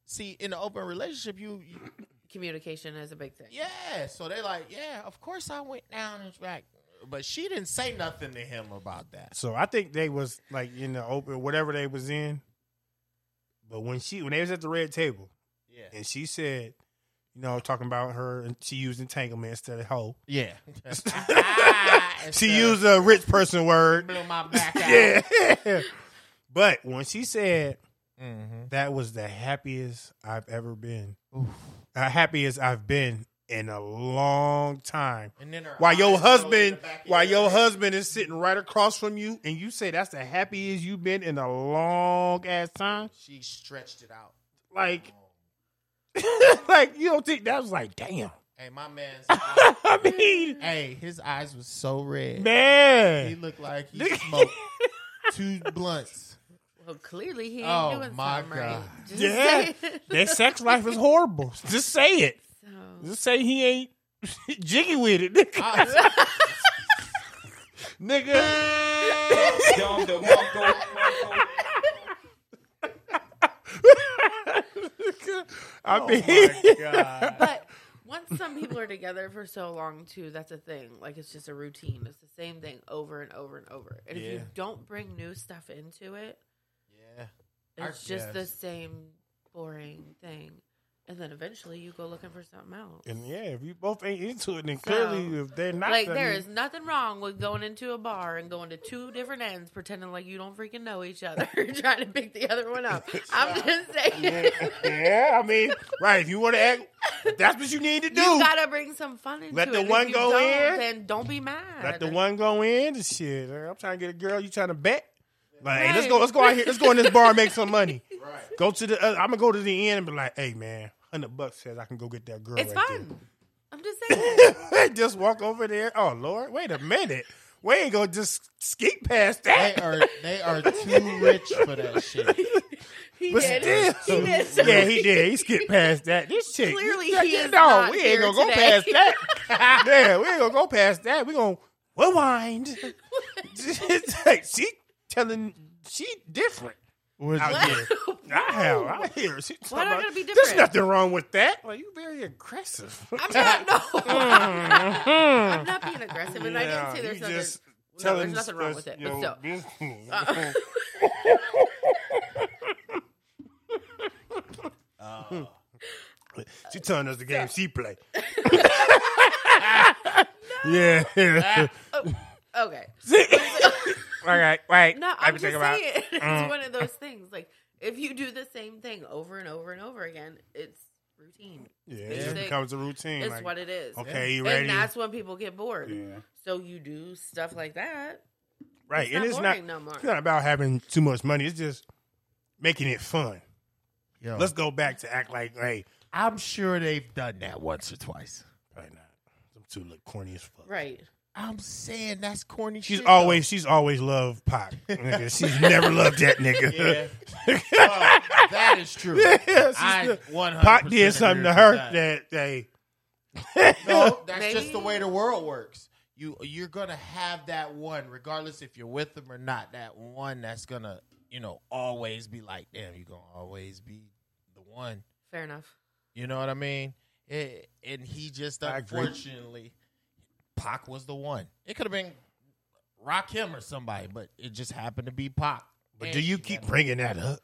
[SPEAKER 4] See, in an open relationship, you, you
[SPEAKER 5] Communication is a big thing.
[SPEAKER 4] yeah. So they like, yeah, of course I went down and back, but she didn't say nothing to him about that.
[SPEAKER 3] So I think they was like in the open, whatever they was in. But when she when they was at the red table,
[SPEAKER 4] Yeah,
[SPEAKER 3] and she said, you know, talking about her, and she used entanglement instead of hoe.
[SPEAKER 4] yeah.
[SPEAKER 3] She used a rich person word.
[SPEAKER 4] blew my back out.
[SPEAKER 3] yeah. but when she said
[SPEAKER 4] Mm-hmm.
[SPEAKER 3] that was the happiest I've ever been, the happiest I've been in a long time.
[SPEAKER 4] And then her
[SPEAKER 3] While your
[SPEAKER 4] eyes rolled in
[SPEAKER 3] husband,
[SPEAKER 4] the back of
[SPEAKER 3] while
[SPEAKER 4] your
[SPEAKER 3] your
[SPEAKER 4] head.
[SPEAKER 3] husband is sitting right across from you, and you say that's the happiest you've been in a long ass time,
[SPEAKER 4] she stretched it out.
[SPEAKER 3] like, like you don't think that was like, damn.
[SPEAKER 4] Hey, my man's.
[SPEAKER 3] I mean,
[SPEAKER 4] hey, his eyes was so red. He
[SPEAKER 3] man,
[SPEAKER 4] looked like he smoked two blunts.
[SPEAKER 5] Well, clearly he ain't
[SPEAKER 4] Oh,
[SPEAKER 5] doing
[SPEAKER 4] my
[SPEAKER 5] something right.
[SPEAKER 4] God.
[SPEAKER 5] Just
[SPEAKER 3] yeah,
[SPEAKER 5] saying.
[SPEAKER 3] their sex life is horrible. Just say it.
[SPEAKER 5] So,
[SPEAKER 3] Just say he ain't jiggy with it, nigga.
[SPEAKER 4] I,
[SPEAKER 3] nigga. I mean,
[SPEAKER 5] but once some people are together for so long too, that's a thing. Like it's just a routine. It's the same thing over and over and over. And if you
[SPEAKER 3] Yeah.
[SPEAKER 5] don't bring new stuff into it,
[SPEAKER 4] yeah. I-
[SPEAKER 5] it's just the
[SPEAKER 4] yes.
[SPEAKER 5] same boring thing. And then eventually you go looking for something else.
[SPEAKER 3] and yeah, if you both ain't into it, then clearly
[SPEAKER 5] So,
[SPEAKER 3] if they're not,
[SPEAKER 5] like
[SPEAKER 3] then
[SPEAKER 5] there is nothing wrong with going into a bar and going to two different ends pretending like you don't freaking know each other trying to pick the other one up i'm just saying
[SPEAKER 3] yeah, I mean, right? If you want to act, that's what you need to do.
[SPEAKER 5] you gotta bring some fun into
[SPEAKER 3] Let
[SPEAKER 5] it
[SPEAKER 3] the
[SPEAKER 5] And if
[SPEAKER 3] one
[SPEAKER 5] you
[SPEAKER 3] go
[SPEAKER 5] don't,
[SPEAKER 3] in.
[SPEAKER 5] then don't be mad
[SPEAKER 3] Let the one go in. and Shit, I'm trying to get a girl. You trying to bet? Like, hey, let's
[SPEAKER 5] Right.
[SPEAKER 3] go. Let's go out here. Let's go in this bar and make some money.
[SPEAKER 4] Right.
[SPEAKER 3] Go to the. Uh, I'm gonna go to the end and be like, hey man, hundred bucks says I can go get that girl.
[SPEAKER 5] it's
[SPEAKER 3] right
[SPEAKER 5] fun i'm just saying
[SPEAKER 3] There. just walk over there. Oh Lord, wait a minute. We ain't gonna just skate past
[SPEAKER 4] They
[SPEAKER 3] that.
[SPEAKER 4] are they are too rich for that shit.
[SPEAKER 5] he
[SPEAKER 3] But
[SPEAKER 5] did
[SPEAKER 3] still,
[SPEAKER 5] he did
[SPEAKER 3] yeah, he did. He skipped past that. This chick,
[SPEAKER 5] Clearly
[SPEAKER 3] you-
[SPEAKER 5] he
[SPEAKER 3] you
[SPEAKER 5] is
[SPEAKER 3] know,
[SPEAKER 5] not
[SPEAKER 3] we
[SPEAKER 5] here
[SPEAKER 3] ain't gonna
[SPEAKER 5] today.
[SPEAKER 3] go past that. yeah, we ain't gonna go past that. We gonna rewind. It's like, she telling she different. out here. I have. I hear. She talking
[SPEAKER 5] Why do I
[SPEAKER 3] about-
[SPEAKER 5] gotta be
[SPEAKER 3] There's
[SPEAKER 5] different?
[SPEAKER 3] nothing wrong with that. Well, you very aggressive.
[SPEAKER 5] i'm not no i'm not being aggressive and i didn't say there's
[SPEAKER 3] you
[SPEAKER 5] nothing
[SPEAKER 3] just
[SPEAKER 5] no,
[SPEAKER 3] telling
[SPEAKER 5] there's nothing wrong with it but
[SPEAKER 3] your
[SPEAKER 5] still
[SPEAKER 3] business.
[SPEAKER 5] uh,
[SPEAKER 3] She telling us the game she play. Yeah.
[SPEAKER 5] okay
[SPEAKER 3] All right. Right.
[SPEAKER 5] No,
[SPEAKER 3] I
[SPEAKER 5] I'm
[SPEAKER 3] be
[SPEAKER 5] just
[SPEAKER 3] thinking about- Mm.
[SPEAKER 5] saying it's one of those things. Like if you do the same thing over and over and over again, it's routine.
[SPEAKER 3] Yeah,
[SPEAKER 5] It's
[SPEAKER 3] it just
[SPEAKER 5] sick.
[SPEAKER 3] becomes a routine.
[SPEAKER 5] It's
[SPEAKER 3] like,
[SPEAKER 5] what it is.
[SPEAKER 3] okay, you ready?
[SPEAKER 5] And that's when people get bored.
[SPEAKER 7] Yeah.
[SPEAKER 5] So you do stuff like that.
[SPEAKER 3] right,
[SPEAKER 5] It's
[SPEAKER 3] and
[SPEAKER 5] not
[SPEAKER 3] it's not
[SPEAKER 5] boring no more.
[SPEAKER 3] it's not about having too much money. It's just making it fun.
[SPEAKER 4] Yo,
[SPEAKER 3] Let's go back to act like, hey,
[SPEAKER 4] I'm sure they've done that once or twice.
[SPEAKER 3] probably not. Them two look corny as fuck.
[SPEAKER 5] Right.
[SPEAKER 4] I'm saying that's corny.
[SPEAKER 3] She's
[SPEAKER 4] shit,
[SPEAKER 3] always she's always loved pop. Nigga, she's never loved that nigga.
[SPEAKER 4] though. Yeah. Well, that is true.
[SPEAKER 3] she's
[SPEAKER 4] I
[SPEAKER 3] the-
[SPEAKER 4] 100
[SPEAKER 3] Pop did something to her that day.
[SPEAKER 4] No, that's
[SPEAKER 5] Maybe-
[SPEAKER 4] just the way the world works. You you're gonna have that one, regardless if you're with them or not. That one that's gonna, you know, always be like, damn, you're gonna always be the one.
[SPEAKER 5] Fair enough.
[SPEAKER 4] You know what I mean? It, and he just
[SPEAKER 3] I agree.
[SPEAKER 4] unfortunately, Pac was the one. It could have been Rock him or somebody, but it just happened to be Pac.
[SPEAKER 3] But
[SPEAKER 4] And
[SPEAKER 3] do you
[SPEAKER 4] she
[SPEAKER 3] keep
[SPEAKER 4] got-
[SPEAKER 3] bringing that up?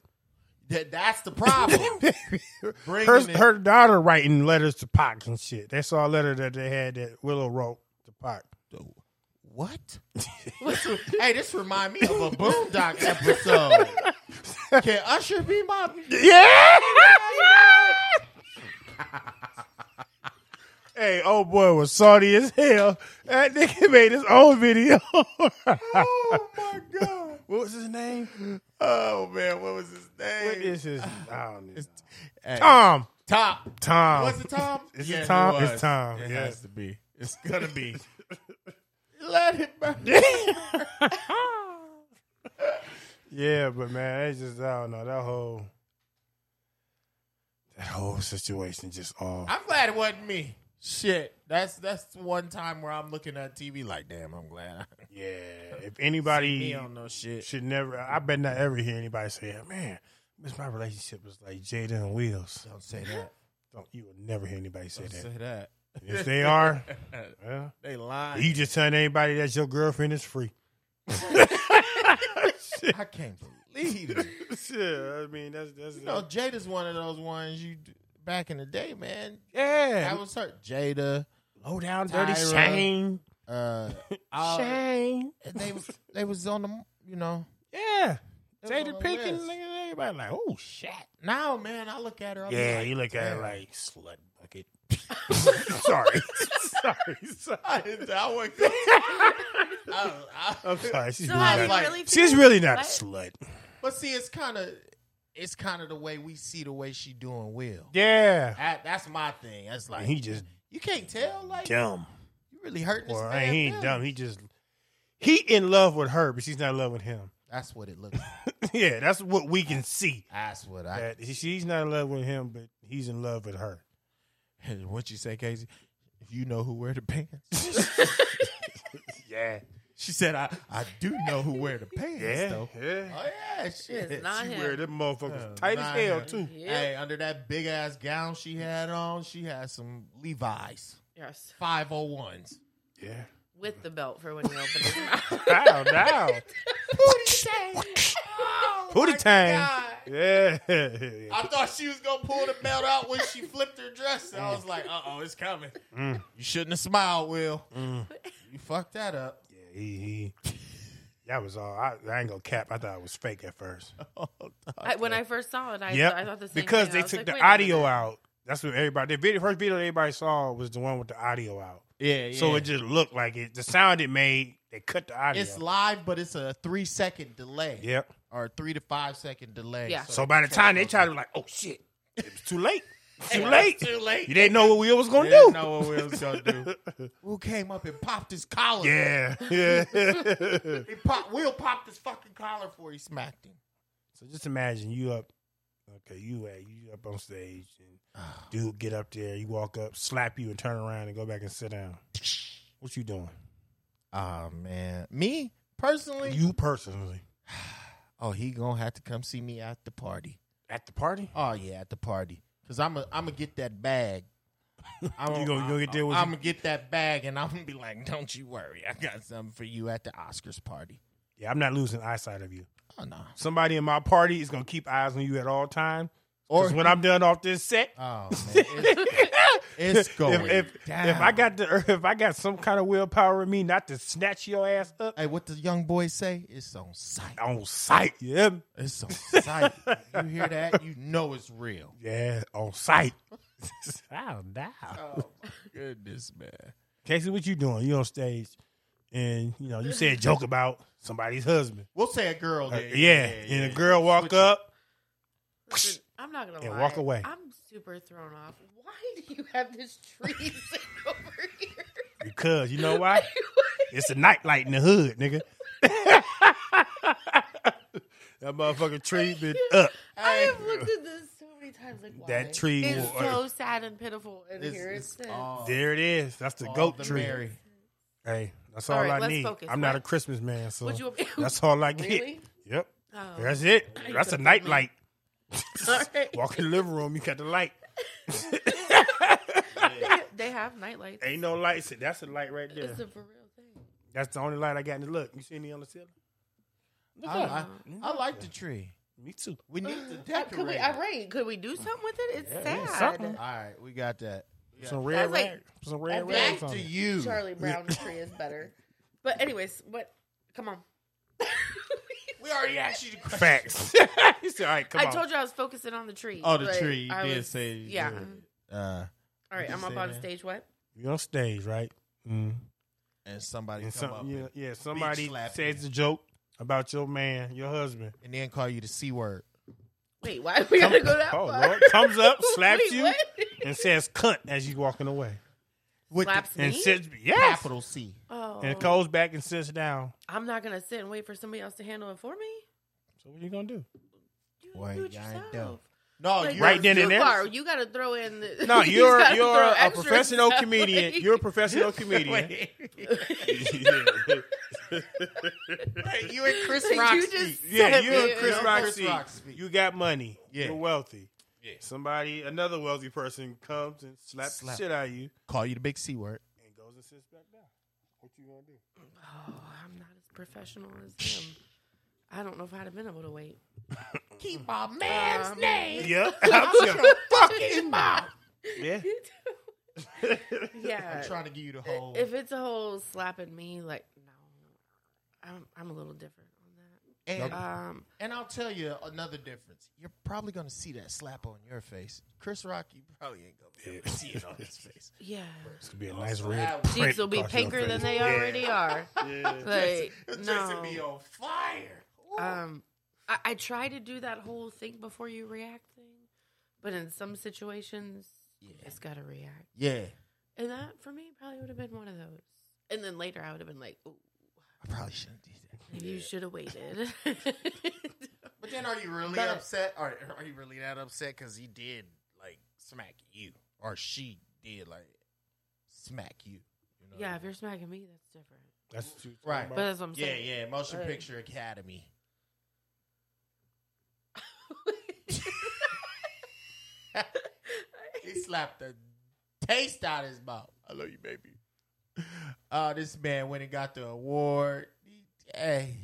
[SPEAKER 4] That, that's the problem. Bringing
[SPEAKER 3] her,
[SPEAKER 4] it-
[SPEAKER 3] her daughter writing letters to Pac and shit. They saw a letter that they had that Willow wrote to Pac.
[SPEAKER 4] What? hey, this remind me of a Boondock episode. Can Usher be my?
[SPEAKER 3] Yeah. hey, old boy was salty as hell. That nigga made his own video.
[SPEAKER 4] Oh my god!
[SPEAKER 3] what was his name?
[SPEAKER 4] Oh man, what was his name?
[SPEAKER 3] What is his? I don't know.
[SPEAKER 4] Hey,
[SPEAKER 3] Tom.
[SPEAKER 4] Top.
[SPEAKER 3] Tom.
[SPEAKER 4] Was it Tom?
[SPEAKER 3] Is it Tom?
[SPEAKER 4] was.
[SPEAKER 3] It's Tom,
[SPEAKER 4] It
[SPEAKER 3] yeah.
[SPEAKER 4] has to be. It's gonna be. Let it burn.
[SPEAKER 3] Yeah, but man, it's just I don't know that whole that whole situation just all.
[SPEAKER 4] I'm glad it wasn't me. Shit, that's that's the one time where I'm looking at TV like, damn, I'm glad. I-
[SPEAKER 3] yeah, if
[SPEAKER 4] Me
[SPEAKER 3] anybody
[SPEAKER 4] don't know shit.
[SPEAKER 3] should never, I bet not ever hear anybody say, "Man, miss my relationship was like Jada and Wheels."
[SPEAKER 4] Don't say that.
[SPEAKER 3] Don't, you will never hear anybody say
[SPEAKER 4] Don't
[SPEAKER 3] that.
[SPEAKER 4] say that.
[SPEAKER 3] If they are, well,
[SPEAKER 4] They lying.
[SPEAKER 3] you just telling anybody that your girlfriend is free.
[SPEAKER 4] I can't believe it.
[SPEAKER 3] yeah, I mean that's that's
[SPEAKER 4] You know, Jada's one of those ones you back in the day, man.
[SPEAKER 3] yeah.
[SPEAKER 4] That was her. Jada.
[SPEAKER 3] Low down, dirty
[SPEAKER 4] Tyra.
[SPEAKER 3] Shane.
[SPEAKER 4] Uh, all-
[SPEAKER 3] Shane.
[SPEAKER 4] and they was- they was on the you know.
[SPEAKER 3] Yeah.
[SPEAKER 4] It was on
[SPEAKER 3] Jada
[SPEAKER 4] the
[SPEAKER 3] Pinkins,
[SPEAKER 4] list.
[SPEAKER 3] nigga, everybody like, oh shit.
[SPEAKER 4] Now, man, I look at her. I'm
[SPEAKER 3] Yeah,
[SPEAKER 4] like,
[SPEAKER 3] you look at it
[SPEAKER 4] damn.
[SPEAKER 3] like slut bucket. sorry, sorry, sorry.
[SPEAKER 4] I didn't. I wasn't gonna- I- I-
[SPEAKER 3] I'm sorry. She's
[SPEAKER 5] So
[SPEAKER 3] really not.
[SPEAKER 5] how do you
[SPEAKER 4] like-
[SPEAKER 5] really
[SPEAKER 3] she's
[SPEAKER 5] feel?
[SPEAKER 3] really not a
[SPEAKER 5] What?
[SPEAKER 3] slut.
[SPEAKER 4] But see, it's kind of it's kind of the way we see the way she doing Will.
[SPEAKER 3] Yeah,
[SPEAKER 4] That, that's my thing. That's like
[SPEAKER 3] he just
[SPEAKER 4] you can't tell. Like
[SPEAKER 3] dumb.
[SPEAKER 4] you really hurting this
[SPEAKER 3] Or
[SPEAKER 4] man.
[SPEAKER 3] he ain't
[SPEAKER 4] feelings.
[SPEAKER 3] dumb. He just he in love with her, but she's not in love with him.
[SPEAKER 4] That's what it looks. like.
[SPEAKER 3] yeah, that's what we can see.
[SPEAKER 4] That's what I.
[SPEAKER 3] That she's not in love with him, but he's in love with her.
[SPEAKER 4] What you say, Casey? You know who wear the pants?
[SPEAKER 3] Yeah,
[SPEAKER 4] She said, "I I do know who wear the pants."
[SPEAKER 3] yeah,
[SPEAKER 4] Though.
[SPEAKER 3] yeah.
[SPEAKER 4] Oh yeah, shit.
[SPEAKER 5] It's not
[SPEAKER 3] She
[SPEAKER 5] him.
[SPEAKER 3] wear them motherfuckers tight
[SPEAKER 4] Nah,
[SPEAKER 3] as hell
[SPEAKER 4] nah.
[SPEAKER 3] too.
[SPEAKER 5] Yeah.
[SPEAKER 4] Hey, under that big ass gown she had on, she had some Levi's
[SPEAKER 5] Yes.
[SPEAKER 4] 501s.
[SPEAKER 3] Yeah.
[SPEAKER 5] With the belt for when you open his mouth.
[SPEAKER 3] Wow, now. Booty time.
[SPEAKER 4] God.
[SPEAKER 3] Yeah.
[SPEAKER 4] I thought she was gonna pull the belt out when she flipped her dress. And I was like, uh oh, it's coming. You shouldn't have smiled, Will. You fucked that up.
[SPEAKER 3] Yeah, he, he that was all. I, I ain't gonna cap. I thought it was fake at first.
[SPEAKER 5] I, when I first saw it, I,
[SPEAKER 3] Yep.
[SPEAKER 5] I thought the same
[SPEAKER 3] because
[SPEAKER 5] thing.
[SPEAKER 3] they
[SPEAKER 5] I was
[SPEAKER 3] took
[SPEAKER 5] like,
[SPEAKER 3] the
[SPEAKER 5] wait a minute.
[SPEAKER 3] audio out. That's what everybody. The video, first video that everybody saw was the one with the audio out.
[SPEAKER 4] Yeah, yeah.
[SPEAKER 3] So it just looked like it. The sound it made, they cut the audio.
[SPEAKER 4] it's live, but it's a three second delay.
[SPEAKER 3] yep.
[SPEAKER 4] Or three to five second delay.
[SPEAKER 5] Yeah.
[SPEAKER 3] So by the time they tried to be like, oh shit, it was too late. Too late.
[SPEAKER 4] Too
[SPEAKER 3] You
[SPEAKER 4] late.
[SPEAKER 3] didn't know what we was gonna
[SPEAKER 4] Didn't
[SPEAKER 3] do.
[SPEAKER 4] know what we was gonna do. Will came up and popped his collar.
[SPEAKER 3] Yeah. Yeah.
[SPEAKER 4] He pop, Will popped his fucking collar before he smacked him.
[SPEAKER 3] So just imagine you up. Okay, you at you up on stage and dude get up there, you walk up, slap you, and turn around and go back and sit down. What you doing?
[SPEAKER 4] Oh man. Me personally?
[SPEAKER 3] You personally
[SPEAKER 4] oh, he gonna have to come see me at the party.
[SPEAKER 3] at the party?
[SPEAKER 4] Oh yeah, at the party. Cause I'm a, I'm gonna get that bag. I'm
[SPEAKER 3] You gonna- you gonna get there with
[SPEAKER 4] I'm
[SPEAKER 3] you?
[SPEAKER 4] gonna get that bag, and I'm gonna be like, "Don't you worry, I got something for you at the Oscars party."
[SPEAKER 3] Yeah, I'm not losing eyesight of you.
[SPEAKER 4] Oh no.
[SPEAKER 3] Somebody in my party is gonna keep eyes on you at all time.
[SPEAKER 4] Or
[SPEAKER 3] Because when I'm done off this set,
[SPEAKER 4] oh man, it's, it's going
[SPEAKER 3] if if,
[SPEAKER 4] down.
[SPEAKER 3] if I got the if I got some kind of willpower in me not to snatch your ass up
[SPEAKER 4] hey, what the young boys say? It's on sight.
[SPEAKER 3] on sight, yeah,
[SPEAKER 4] It's on sight. you hear that? You know it's real.
[SPEAKER 3] yeah, on sight. Sound down.
[SPEAKER 4] Goodness man.
[SPEAKER 3] Casey, what you doing? You on stage, and you know you said a joke about somebody's husband.
[SPEAKER 4] We'll say a girl.
[SPEAKER 3] Uh,
[SPEAKER 4] there.
[SPEAKER 3] yeah, and a girl walk up.
[SPEAKER 5] Listen, I'm not gonna
[SPEAKER 3] And
[SPEAKER 5] lie.
[SPEAKER 3] walk away.
[SPEAKER 5] I'm super thrown off. Why do you have this tree sitting over here?
[SPEAKER 3] because you know why? it's a night light in the hood, nigga. that motherfucking tree been up.
[SPEAKER 5] I have looked at this so many times. Like why?
[SPEAKER 3] That tree
[SPEAKER 5] is
[SPEAKER 3] will-
[SPEAKER 5] so sad and pitiful, and
[SPEAKER 4] It's,
[SPEAKER 5] here it
[SPEAKER 4] it's
[SPEAKER 5] sits.
[SPEAKER 4] all,
[SPEAKER 3] There it is. That's the
[SPEAKER 4] all
[SPEAKER 3] goat
[SPEAKER 4] the
[SPEAKER 3] tree.
[SPEAKER 4] Mary.
[SPEAKER 3] Hey, that's all,
[SPEAKER 5] All right,
[SPEAKER 3] I
[SPEAKER 5] let's
[SPEAKER 3] need.
[SPEAKER 5] focus.
[SPEAKER 3] I'm not a
[SPEAKER 5] What-
[SPEAKER 3] Christmas man, so
[SPEAKER 5] Would you?
[SPEAKER 3] that's all I get.
[SPEAKER 5] really?
[SPEAKER 3] Yep,
[SPEAKER 5] Oh,
[SPEAKER 3] that's it.
[SPEAKER 5] I
[SPEAKER 3] That's a
[SPEAKER 5] don't
[SPEAKER 3] night
[SPEAKER 5] know.
[SPEAKER 3] light.
[SPEAKER 5] all right.
[SPEAKER 3] Walk in the living room, you got the light.
[SPEAKER 5] They have nightlights.
[SPEAKER 3] Ain't no lights. That's a light right there.
[SPEAKER 5] It's a for real thing.
[SPEAKER 3] That's the only light I got in the look. You see any on the ceiling?
[SPEAKER 4] I, I, I like the tree.
[SPEAKER 3] Me too.
[SPEAKER 4] We need to
[SPEAKER 5] Uh, Could
[SPEAKER 4] decorate.
[SPEAKER 5] we?
[SPEAKER 4] it.
[SPEAKER 5] All right. Could we do something with it? It's
[SPEAKER 3] something.
[SPEAKER 5] sad.
[SPEAKER 4] All right, we got that.
[SPEAKER 3] Some red
[SPEAKER 5] That's like-
[SPEAKER 3] rag. Some red
[SPEAKER 5] that's
[SPEAKER 3] rags
[SPEAKER 4] Back
[SPEAKER 3] on
[SPEAKER 4] to
[SPEAKER 3] it.
[SPEAKER 4] you.
[SPEAKER 5] Charlie Brown tree is better. But anyways, what? Come on.
[SPEAKER 4] We already asked you the question.
[SPEAKER 3] Facts. he said, all right, come
[SPEAKER 5] I
[SPEAKER 3] on.
[SPEAKER 5] told you I was focusing on the tree.
[SPEAKER 4] Oh, the
[SPEAKER 5] Like,
[SPEAKER 4] tree. You
[SPEAKER 5] I
[SPEAKER 4] did
[SPEAKER 5] was-
[SPEAKER 4] say. you
[SPEAKER 5] Yeah.
[SPEAKER 4] did.
[SPEAKER 5] mhm.
[SPEAKER 4] Uh,
[SPEAKER 5] All right,
[SPEAKER 4] You
[SPEAKER 5] I'm
[SPEAKER 4] did
[SPEAKER 5] up
[SPEAKER 4] say
[SPEAKER 5] on
[SPEAKER 4] that.
[SPEAKER 5] stage. What?
[SPEAKER 3] You're on stage, right? Mm.
[SPEAKER 4] and somebody
[SPEAKER 3] And
[SPEAKER 4] come
[SPEAKER 3] some,
[SPEAKER 4] up
[SPEAKER 3] yeah,
[SPEAKER 4] and,
[SPEAKER 3] yeah, somebody
[SPEAKER 4] slap
[SPEAKER 3] says
[SPEAKER 4] you.
[SPEAKER 3] a joke about your man, your husband.
[SPEAKER 4] and then call you the c word.
[SPEAKER 5] Wait, why we gotta go that
[SPEAKER 3] Oh,
[SPEAKER 5] far?
[SPEAKER 3] Lord. Comes up, slaps
[SPEAKER 5] Wait,
[SPEAKER 3] you,
[SPEAKER 5] what?
[SPEAKER 3] and says cunt as you walking away.
[SPEAKER 4] With
[SPEAKER 5] Slaps
[SPEAKER 4] the
[SPEAKER 5] me.
[SPEAKER 3] And sits, yes.
[SPEAKER 4] capital C.
[SPEAKER 5] Oh,
[SPEAKER 3] And goes back and sits down.
[SPEAKER 5] I'm not gonna sit and wait for somebody else to handle it for me.
[SPEAKER 3] So what you gonna do?
[SPEAKER 5] You
[SPEAKER 4] Boy,
[SPEAKER 5] do it
[SPEAKER 4] y'all ain't
[SPEAKER 5] yourself.
[SPEAKER 4] dumb. No,
[SPEAKER 5] Like,
[SPEAKER 4] you're
[SPEAKER 3] Right then
[SPEAKER 5] too
[SPEAKER 3] and there?
[SPEAKER 5] far. You gotta throw in. The,
[SPEAKER 3] No,
[SPEAKER 5] you
[SPEAKER 3] you're
[SPEAKER 5] gotta
[SPEAKER 3] you're
[SPEAKER 5] throw
[SPEAKER 3] a
[SPEAKER 5] extra
[SPEAKER 3] professional
[SPEAKER 5] stuff,
[SPEAKER 3] comedian.
[SPEAKER 5] like-
[SPEAKER 3] You're a professional comedian. yeah,
[SPEAKER 4] you and Chris
[SPEAKER 5] You
[SPEAKER 4] Rock
[SPEAKER 5] just-
[SPEAKER 4] speak.
[SPEAKER 3] yeah,
[SPEAKER 5] Stop
[SPEAKER 3] you're a
[SPEAKER 5] it.
[SPEAKER 3] Chris
[SPEAKER 4] You're
[SPEAKER 3] Rock.
[SPEAKER 4] Chris
[SPEAKER 3] seat.
[SPEAKER 4] Rock speak.
[SPEAKER 3] You got money.
[SPEAKER 4] Yeah.
[SPEAKER 3] You're wealthy.
[SPEAKER 4] Yeah.
[SPEAKER 3] Somebody, another wealthy person comes and slaps
[SPEAKER 4] Slap.
[SPEAKER 3] the shit out of you
[SPEAKER 4] Call you the big c word.
[SPEAKER 3] and goes and sits back down. What you gonna do?
[SPEAKER 5] Oh, I'm not as professional as him. I don't know if I'd have been able to wait. Um,
[SPEAKER 4] Keep my man's name.
[SPEAKER 3] Yeah, I'm sure.
[SPEAKER 4] Fucking mouth.
[SPEAKER 3] yeah.
[SPEAKER 5] yeah.
[SPEAKER 4] I'm trying to give you the whole.
[SPEAKER 5] Uh, If it's a whole slapping me, like no, I'm I'm a little different on
[SPEAKER 4] and,
[SPEAKER 5] that. Um,
[SPEAKER 4] and I'll tell you another difference. You're probably gonna see that slap on your face. Chris Rock, you probably ain't gonna be able to see it on his face.
[SPEAKER 5] yeah,
[SPEAKER 3] It's gonna be a nice red.
[SPEAKER 5] cheeks will be pinker than they already are. Like
[SPEAKER 4] Jason be on
[SPEAKER 5] no,
[SPEAKER 4] fire. Ooh.
[SPEAKER 5] um, I, I try to do that whole think before you react thing, but in some situations, you just gotta react.
[SPEAKER 4] yeah,
[SPEAKER 5] And that for me probably would have been one of those. And then later I would have been like, oh,
[SPEAKER 4] I probably shouldn't do that.
[SPEAKER 5] maybe you should have waited.
[SPEAKER 4] But then, are you really
[SPEAKER 5] But-
[SPEAKER 4] upset? Are are you really that upset? Because he did like smack you, or she did like smack you. you know?
[SPEAKER 5] yeah, if you're smacking me, that's different.
[SPEAKER 3] That's what you
[SPEAKER 4] Right.
[SPEAKER 5] But that's what I'm
[SPEAKER 4] yeah,
[SPEAKER 5] saying. uh,
[SPEAKER 4] yeah. Motion
[SPEAKER 5] Right.
[SPEAKER 4] Picture Academy. He slapped the taste out of his mouth. I love you, baby. Uh, this man went and got the award. He- Hey,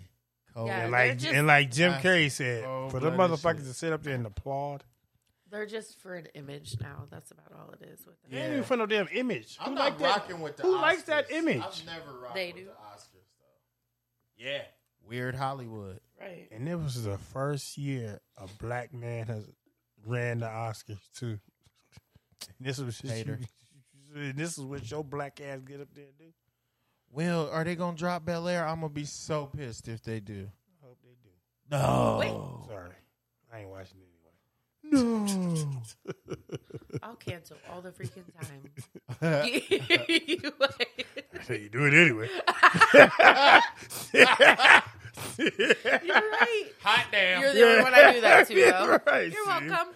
[SPEAKER 4] Cole.
[SPEAKER 3] Oh,
[SPEAKER 5] Yeah.
[SPEAKER 3] And
[SPEAKER 5] They're
[SPEAKER 3] like
[SPEAKER 5] just-
[SPEAKER 3] and like Jim
[SPEAKER 4] That's
[SPEAKER 3] Carrey said,
[SPEAKER 4] so
[SPEAKER 3] for the
[SPEAKER 4] bloody
[SPEAKER 3] motherfuckers
[SPEAKER 4] shit.
[SPEAKER 3] to sit up there and applaud.
[SPEAKER 5] They're just for an image now. That's about all it is with them.
[SPEAKER 4] Yeah.
[SPEAKER 3] Ain't even for no damn image.
[SPEAKER 4] I'm
[SPEAKER 3] Who
[SPEAKER 4] not
[SPEAKER 3] like that?
[SPEAKER 4] rocking with the.
[SPEAKER 3] who likes
[SPEAKER 4] Oscars.
[SPEAKER 3] that image?
[SPEAKER 4] I've never rocked
[SPEAKER 5] They
[SPEAKER 4] with
[SPEAKER 5] do.
[SPEAKER 4] the Oscars though. Yeah, weird Hollywood.
[SPEAKER 5] Right.
[SPEAKER 3] And it was the first year a black man has ran the Oscars too. And this was just
[SPEAKER 4] Hater.
[SPEAKER 3] and this is what your black ass get up there and do.
[SPEAKER 4] Will, are they gonna drop Bel Air? I'm gonna be so pissed if they do.
[SPEAKER 3] I hope they do.
[SPEAKER 4] No.
[SPEAKER 3] Sorry. I ain't watching it
[SPEAKER 4] No.
[SPEAKER 3] anyway.
[SPEAKER 5] I'll cancel all the freaking time. You- like-
[SPEAKER 3] So you do it anyway.
[SPEAKER 5] you're right.
[SPEAKER 4] Hot damn.
[SPEAKER 5] You're the only one I do that to,
[SPEAKER 3] Yeah,
[SPEAKER 5] though.
[SPEAKER 3] right,
[SPEAKER 5] You're
[SPEAKER 3] see.
[SPEAKER 5] welcome.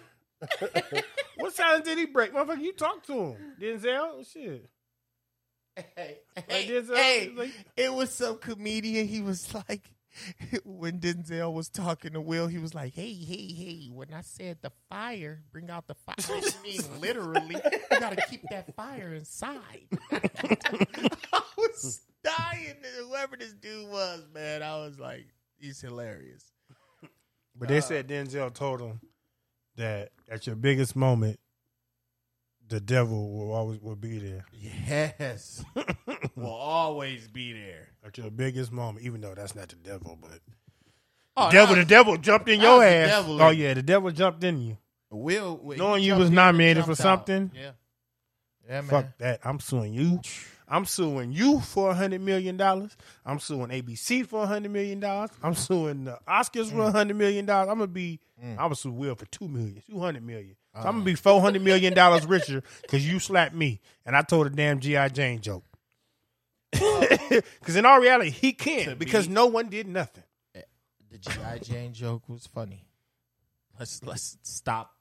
[SPEAKER 3] What silence did he break? Motherfucker, you talked to him. Denzel? Shit.
[SPEAKER 4] Hey,
[SPEAKER 3] Like Denzel,
[SPEAKER 4] hey,
[SPEAKER 3] he's like-
[SPEAKER 4] it was some comedian. He was like, when Denzel was talking to Will, he was like, "Hey, hey, hey! When I said the fire, bring out the fire. I didn't mean literally. You gotta keep that fire inside." I was dying. Whoever this dude was, man, I was like, he's hilarious.
[SPEAKER 3] But they said Denzel told him that at your biggest moment, the devil will always will be there.
[SPEAKER 4] Yes, will always be there.
[SPEAKER 3] At your biggest moment, even though that's not the devil, but
[SPEAKER 4] Oh,
[SPEAKER 3] devil,
[SPEAKER 4] no,
[SPEAKER 3] the devil jumped in
[SPEAKER 4] that
[SPEAKER 3] your
[SPEAKER 4] was the
[SPEAKER 3] ass.
[SPEAKER 4] devil.
[SPEAKER 3] oh yeah, the devil jumped in you.
[SPEAKER 4] Will when he
[SPEAKER 3] Knowing you
[SPEAKER 4] jumped
[SPEAKER 3] was
[SPEAKER 4] in and
[SPEAKER 3] nominated for
[SPEAKER 4] jumped out.
[SPEAKER 3] something.
[SPEAKER 4] Yeah, yeah, man.
[SPEAKER 3] Fuck that. I'm suing you. I'm suing you for a hundred million dollars. I'm suing ABC for a hundred million dollars. I'm suing the Oscars
[SPEAKER 4] Mm.
[SPEAKER 3] for a hundred million dollars. I'm gonna be. I'm gonna sue Will for two million, two hundred million. So
[SPEAKER 4] Uh-huh.
[SPEAKER 3] I'm gonna be four hundred million dollars richer because you slapped me and I told a damn GI Jane joke. Because in all reality, he can't because no one did nothing.
[SPEAKER 4] the GI Jane joke was funny. Let's let's stop.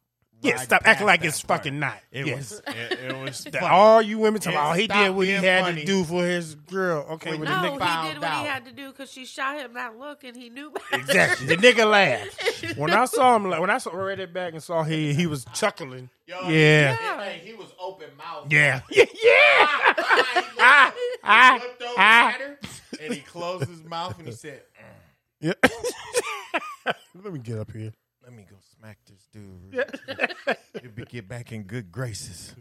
[SPEAKER 3] Yeah,
[SPEAKER 4] riding
[SPEAKER 3] stop acting
[SPEAKER 4] past
[SPEAKER 3] like
[SPEAKER 4] that
[SPEAKER 3] it's
[SPEAKER 4] part.
[SPEAKER 3] fucking not.
[SPEAKER 4] It
[SPEAKER 3] Yeah.
[SPEAKER 4] was. It, it was.
[SPEAKER 3] That
[SPEAKER 4] funny.
[SPEAKER 3] all you women talking.
[SPEAKER 4] Yeah,
[SPEAKER 3] about, Oh, he
[SPEAKER 4] stop
[SPEAKER 3] did what he
[SPEAKER 4] being
[SPEAKER 3] had
[SPEAKER 4] funny.
[SPEAKER 3] to do for his girl. Okay,
[SPEAKER 4] When
[SPEAKER 3] with
[SPEAKER 4] you-
[SPEAKER 5] No,
[SPEAKER 3] the
[SPEAKER 4] nigga
[SPEAKER 5] he did
[SPEAKER 4] found
[SPEAKER 5] what
[SPEAKER 4] out.
[SPEAKER 5] he had to do because she shot him that look and he knew better.
[SPEAKER 3] Exactly. The nigga laughed. When I saw him, like, when I saw, read it back and saw he he was chuckling.
[SPEAKER 4] Yo,
[SPEAKER 3] Oh, yeah.
[SPEAKER 4] Hey, hey, he was open mouth.
[SPEAKER 3] Yeah. Yeah.
[SPEAKER 4] Ah,
[SPEAKER 3] Ah,
[SPEAKER 4] he looked over
[SPEAKER 3] ah.
[SPEAKER 4] at her, and he closed his mouth and he said, "Mm,
[SPEAKER 3] yeah. Let me get up here.
[SPEAKER 4] "Let me go smack this dude. real quick. Let me get back in good graces."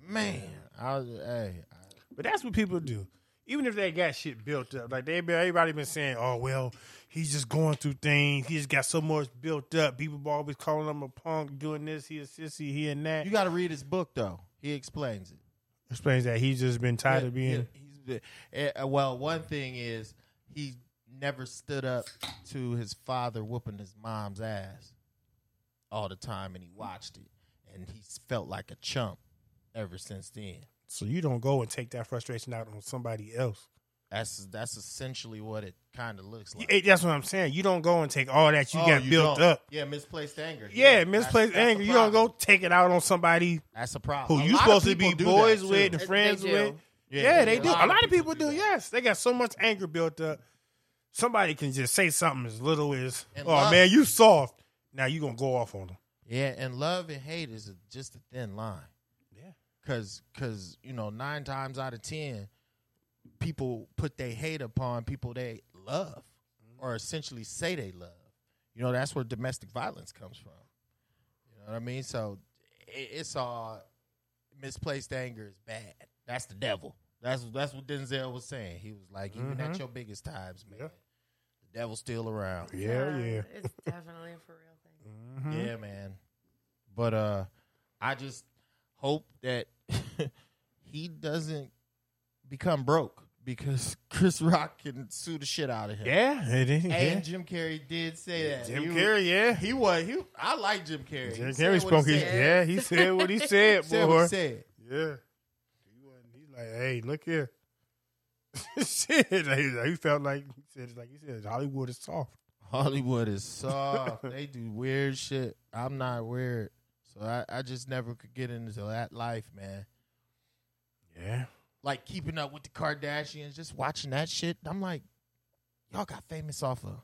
[SPEAKER 4] Man, I was. Hey, I,
[SPEAKER 3] But that's what people do. even if they got shit built up, like they been- everybody been saying, oh well, he's just going through things. He just got so much built up. People always calling him a punk, doing this, he a sissy, he and that.
[SPEAKER 4] You got to read his book though. He explains it.
[SPEAKER 3] Explains that he's just been tired
[SPEAKER 4] Yeah,
[SPEAKER 3] of being.
[SPEAKER 4] yeah, he's been- eh, uh, well, one thing is he never stood up to his father whooping his mom's ass all the time, and he watched it, and he felt like a chump ever since then.
[SPEAKER 3] So you don't go and take that frustration out on somebody else.
[SPEAKER 4] That's that's essentially what it kind of looks like.
[SPEAKER 3] Eh, That's what I'm saying. You don't go and take all that you
[SPEAKER 4] Oh,
[SPEAKER 3] got built
[SPEAKER 4] don't.
[SPEAKER 3] up.
[SPEAKER 4] Yeah, misplaced anger.
[SPEAKER 3] Yeah,
[SPEAKER 4] that's-
[SPEAKER 3] misplaced
[SPEAKER 4] that's a
[SPEAKER 3] anger. You don't
[SPEAKER 4] problem.
[SPEAKER 3] go take it out on somebody
[SPEAKER 4] That's a
[SPEAKER 3] who
[SPEAKER 4] problem. A
[SPEAKER 3] you
[SPEAKER 4] lot of
[SPEAKER 3] supposed to
[SPEAKER 4] people
[SPEAKER 3] be
[SPEAKER 4] do that,
[SPEAKER 3] boys
[SPEAKER 4] too.
[SPEAKER 3] with and
[SPEAKER 5] They-
[SPEAKER 3] friends
[SPEAKER 5] they do.
[SPEAKER 3] with. Yeah,
[SPEAKER 4] Yeah,
[SPEAKER 3] they do. A lot of people do. Yes, they got so much anger built up. Somebody can just say something as little as,
[SPEAKER 4] And
[SPEAKER 3] "Oh
[SPEAKER 4] love-
[SPEAKER 3] man, you soft." Now you gonna go off on them.
[SPEAKER 4] Yeah, and love and hate is a, just a thin line.
[SPEAKER 3] Yeah.
[SPEAKER 4] Cause, cause you know, nine times out of ten, people put they hate upon people they love,
[SPEAKER 3] Mm-hmm.
[SPEAKER 4] or essentially say they love. You know, that's where domestic violence comes from. You know what I mean? So it, it's all misplaced anger is bad. That's the devil. That's that's what Denzel was saying. He was like, even at your biggest times, man,
[SPEAKER 3] Mm-hmm. Yeah.
[SPEAKER 4] the devil's still around.
[SPEAKER 3] Yeah, yeah.
[SPEAKER 5] Uh, It's definitely a for real thing.
[SPEAKER 3] Mm-hmm.
[SPEAKER 4] Yeah, man. But uh I just hope that he doesn't become broke because Chris Rock can sue the shit out of him.
[SPEAKER 3] Yeah, it is.
[SPEAKER 4] And
[SPEAKER 3] Yeah.
[SPEAKER 4] Jim Carrey did say that.
[SPEAKER 3] Jim
[SPEAKER 4] He was-
[SPEAKER 3] Carrey, yeah.
[SPEAKER 4] He was he I like Jim Carrey.
[SPEAKER 3] Jim
[SPEAKER 4] He
[SPEAKER 3] Carrey
[SPEAKER 4] said
[SPEAKER 3] spoke
[SPEAKER 4] what he
[SPEAKER 3] his.
[SPEAKER 4] said.
[SPEAKER 3] Yeah, he said what he said,
[SPEAKER 4] He
[SPEAKER 3] boy.
[SPEAKER 4] said what he said.
[SPEAKER 3] Yeah. He wasn't, he's like, hey, look here. Shit. Like, he- like, he felt like he said like he said, Hollywood is soft.
[SPEAKER 4] Hollywood is soft. they do weird shit. I'm not weird. So I, I just never could get into that life, man.
[SPEAKER 3] Yeah.
[SPEAKER 4] like keeping up with the Kardashians, just watching that shit. I'm like, y'all got famous off of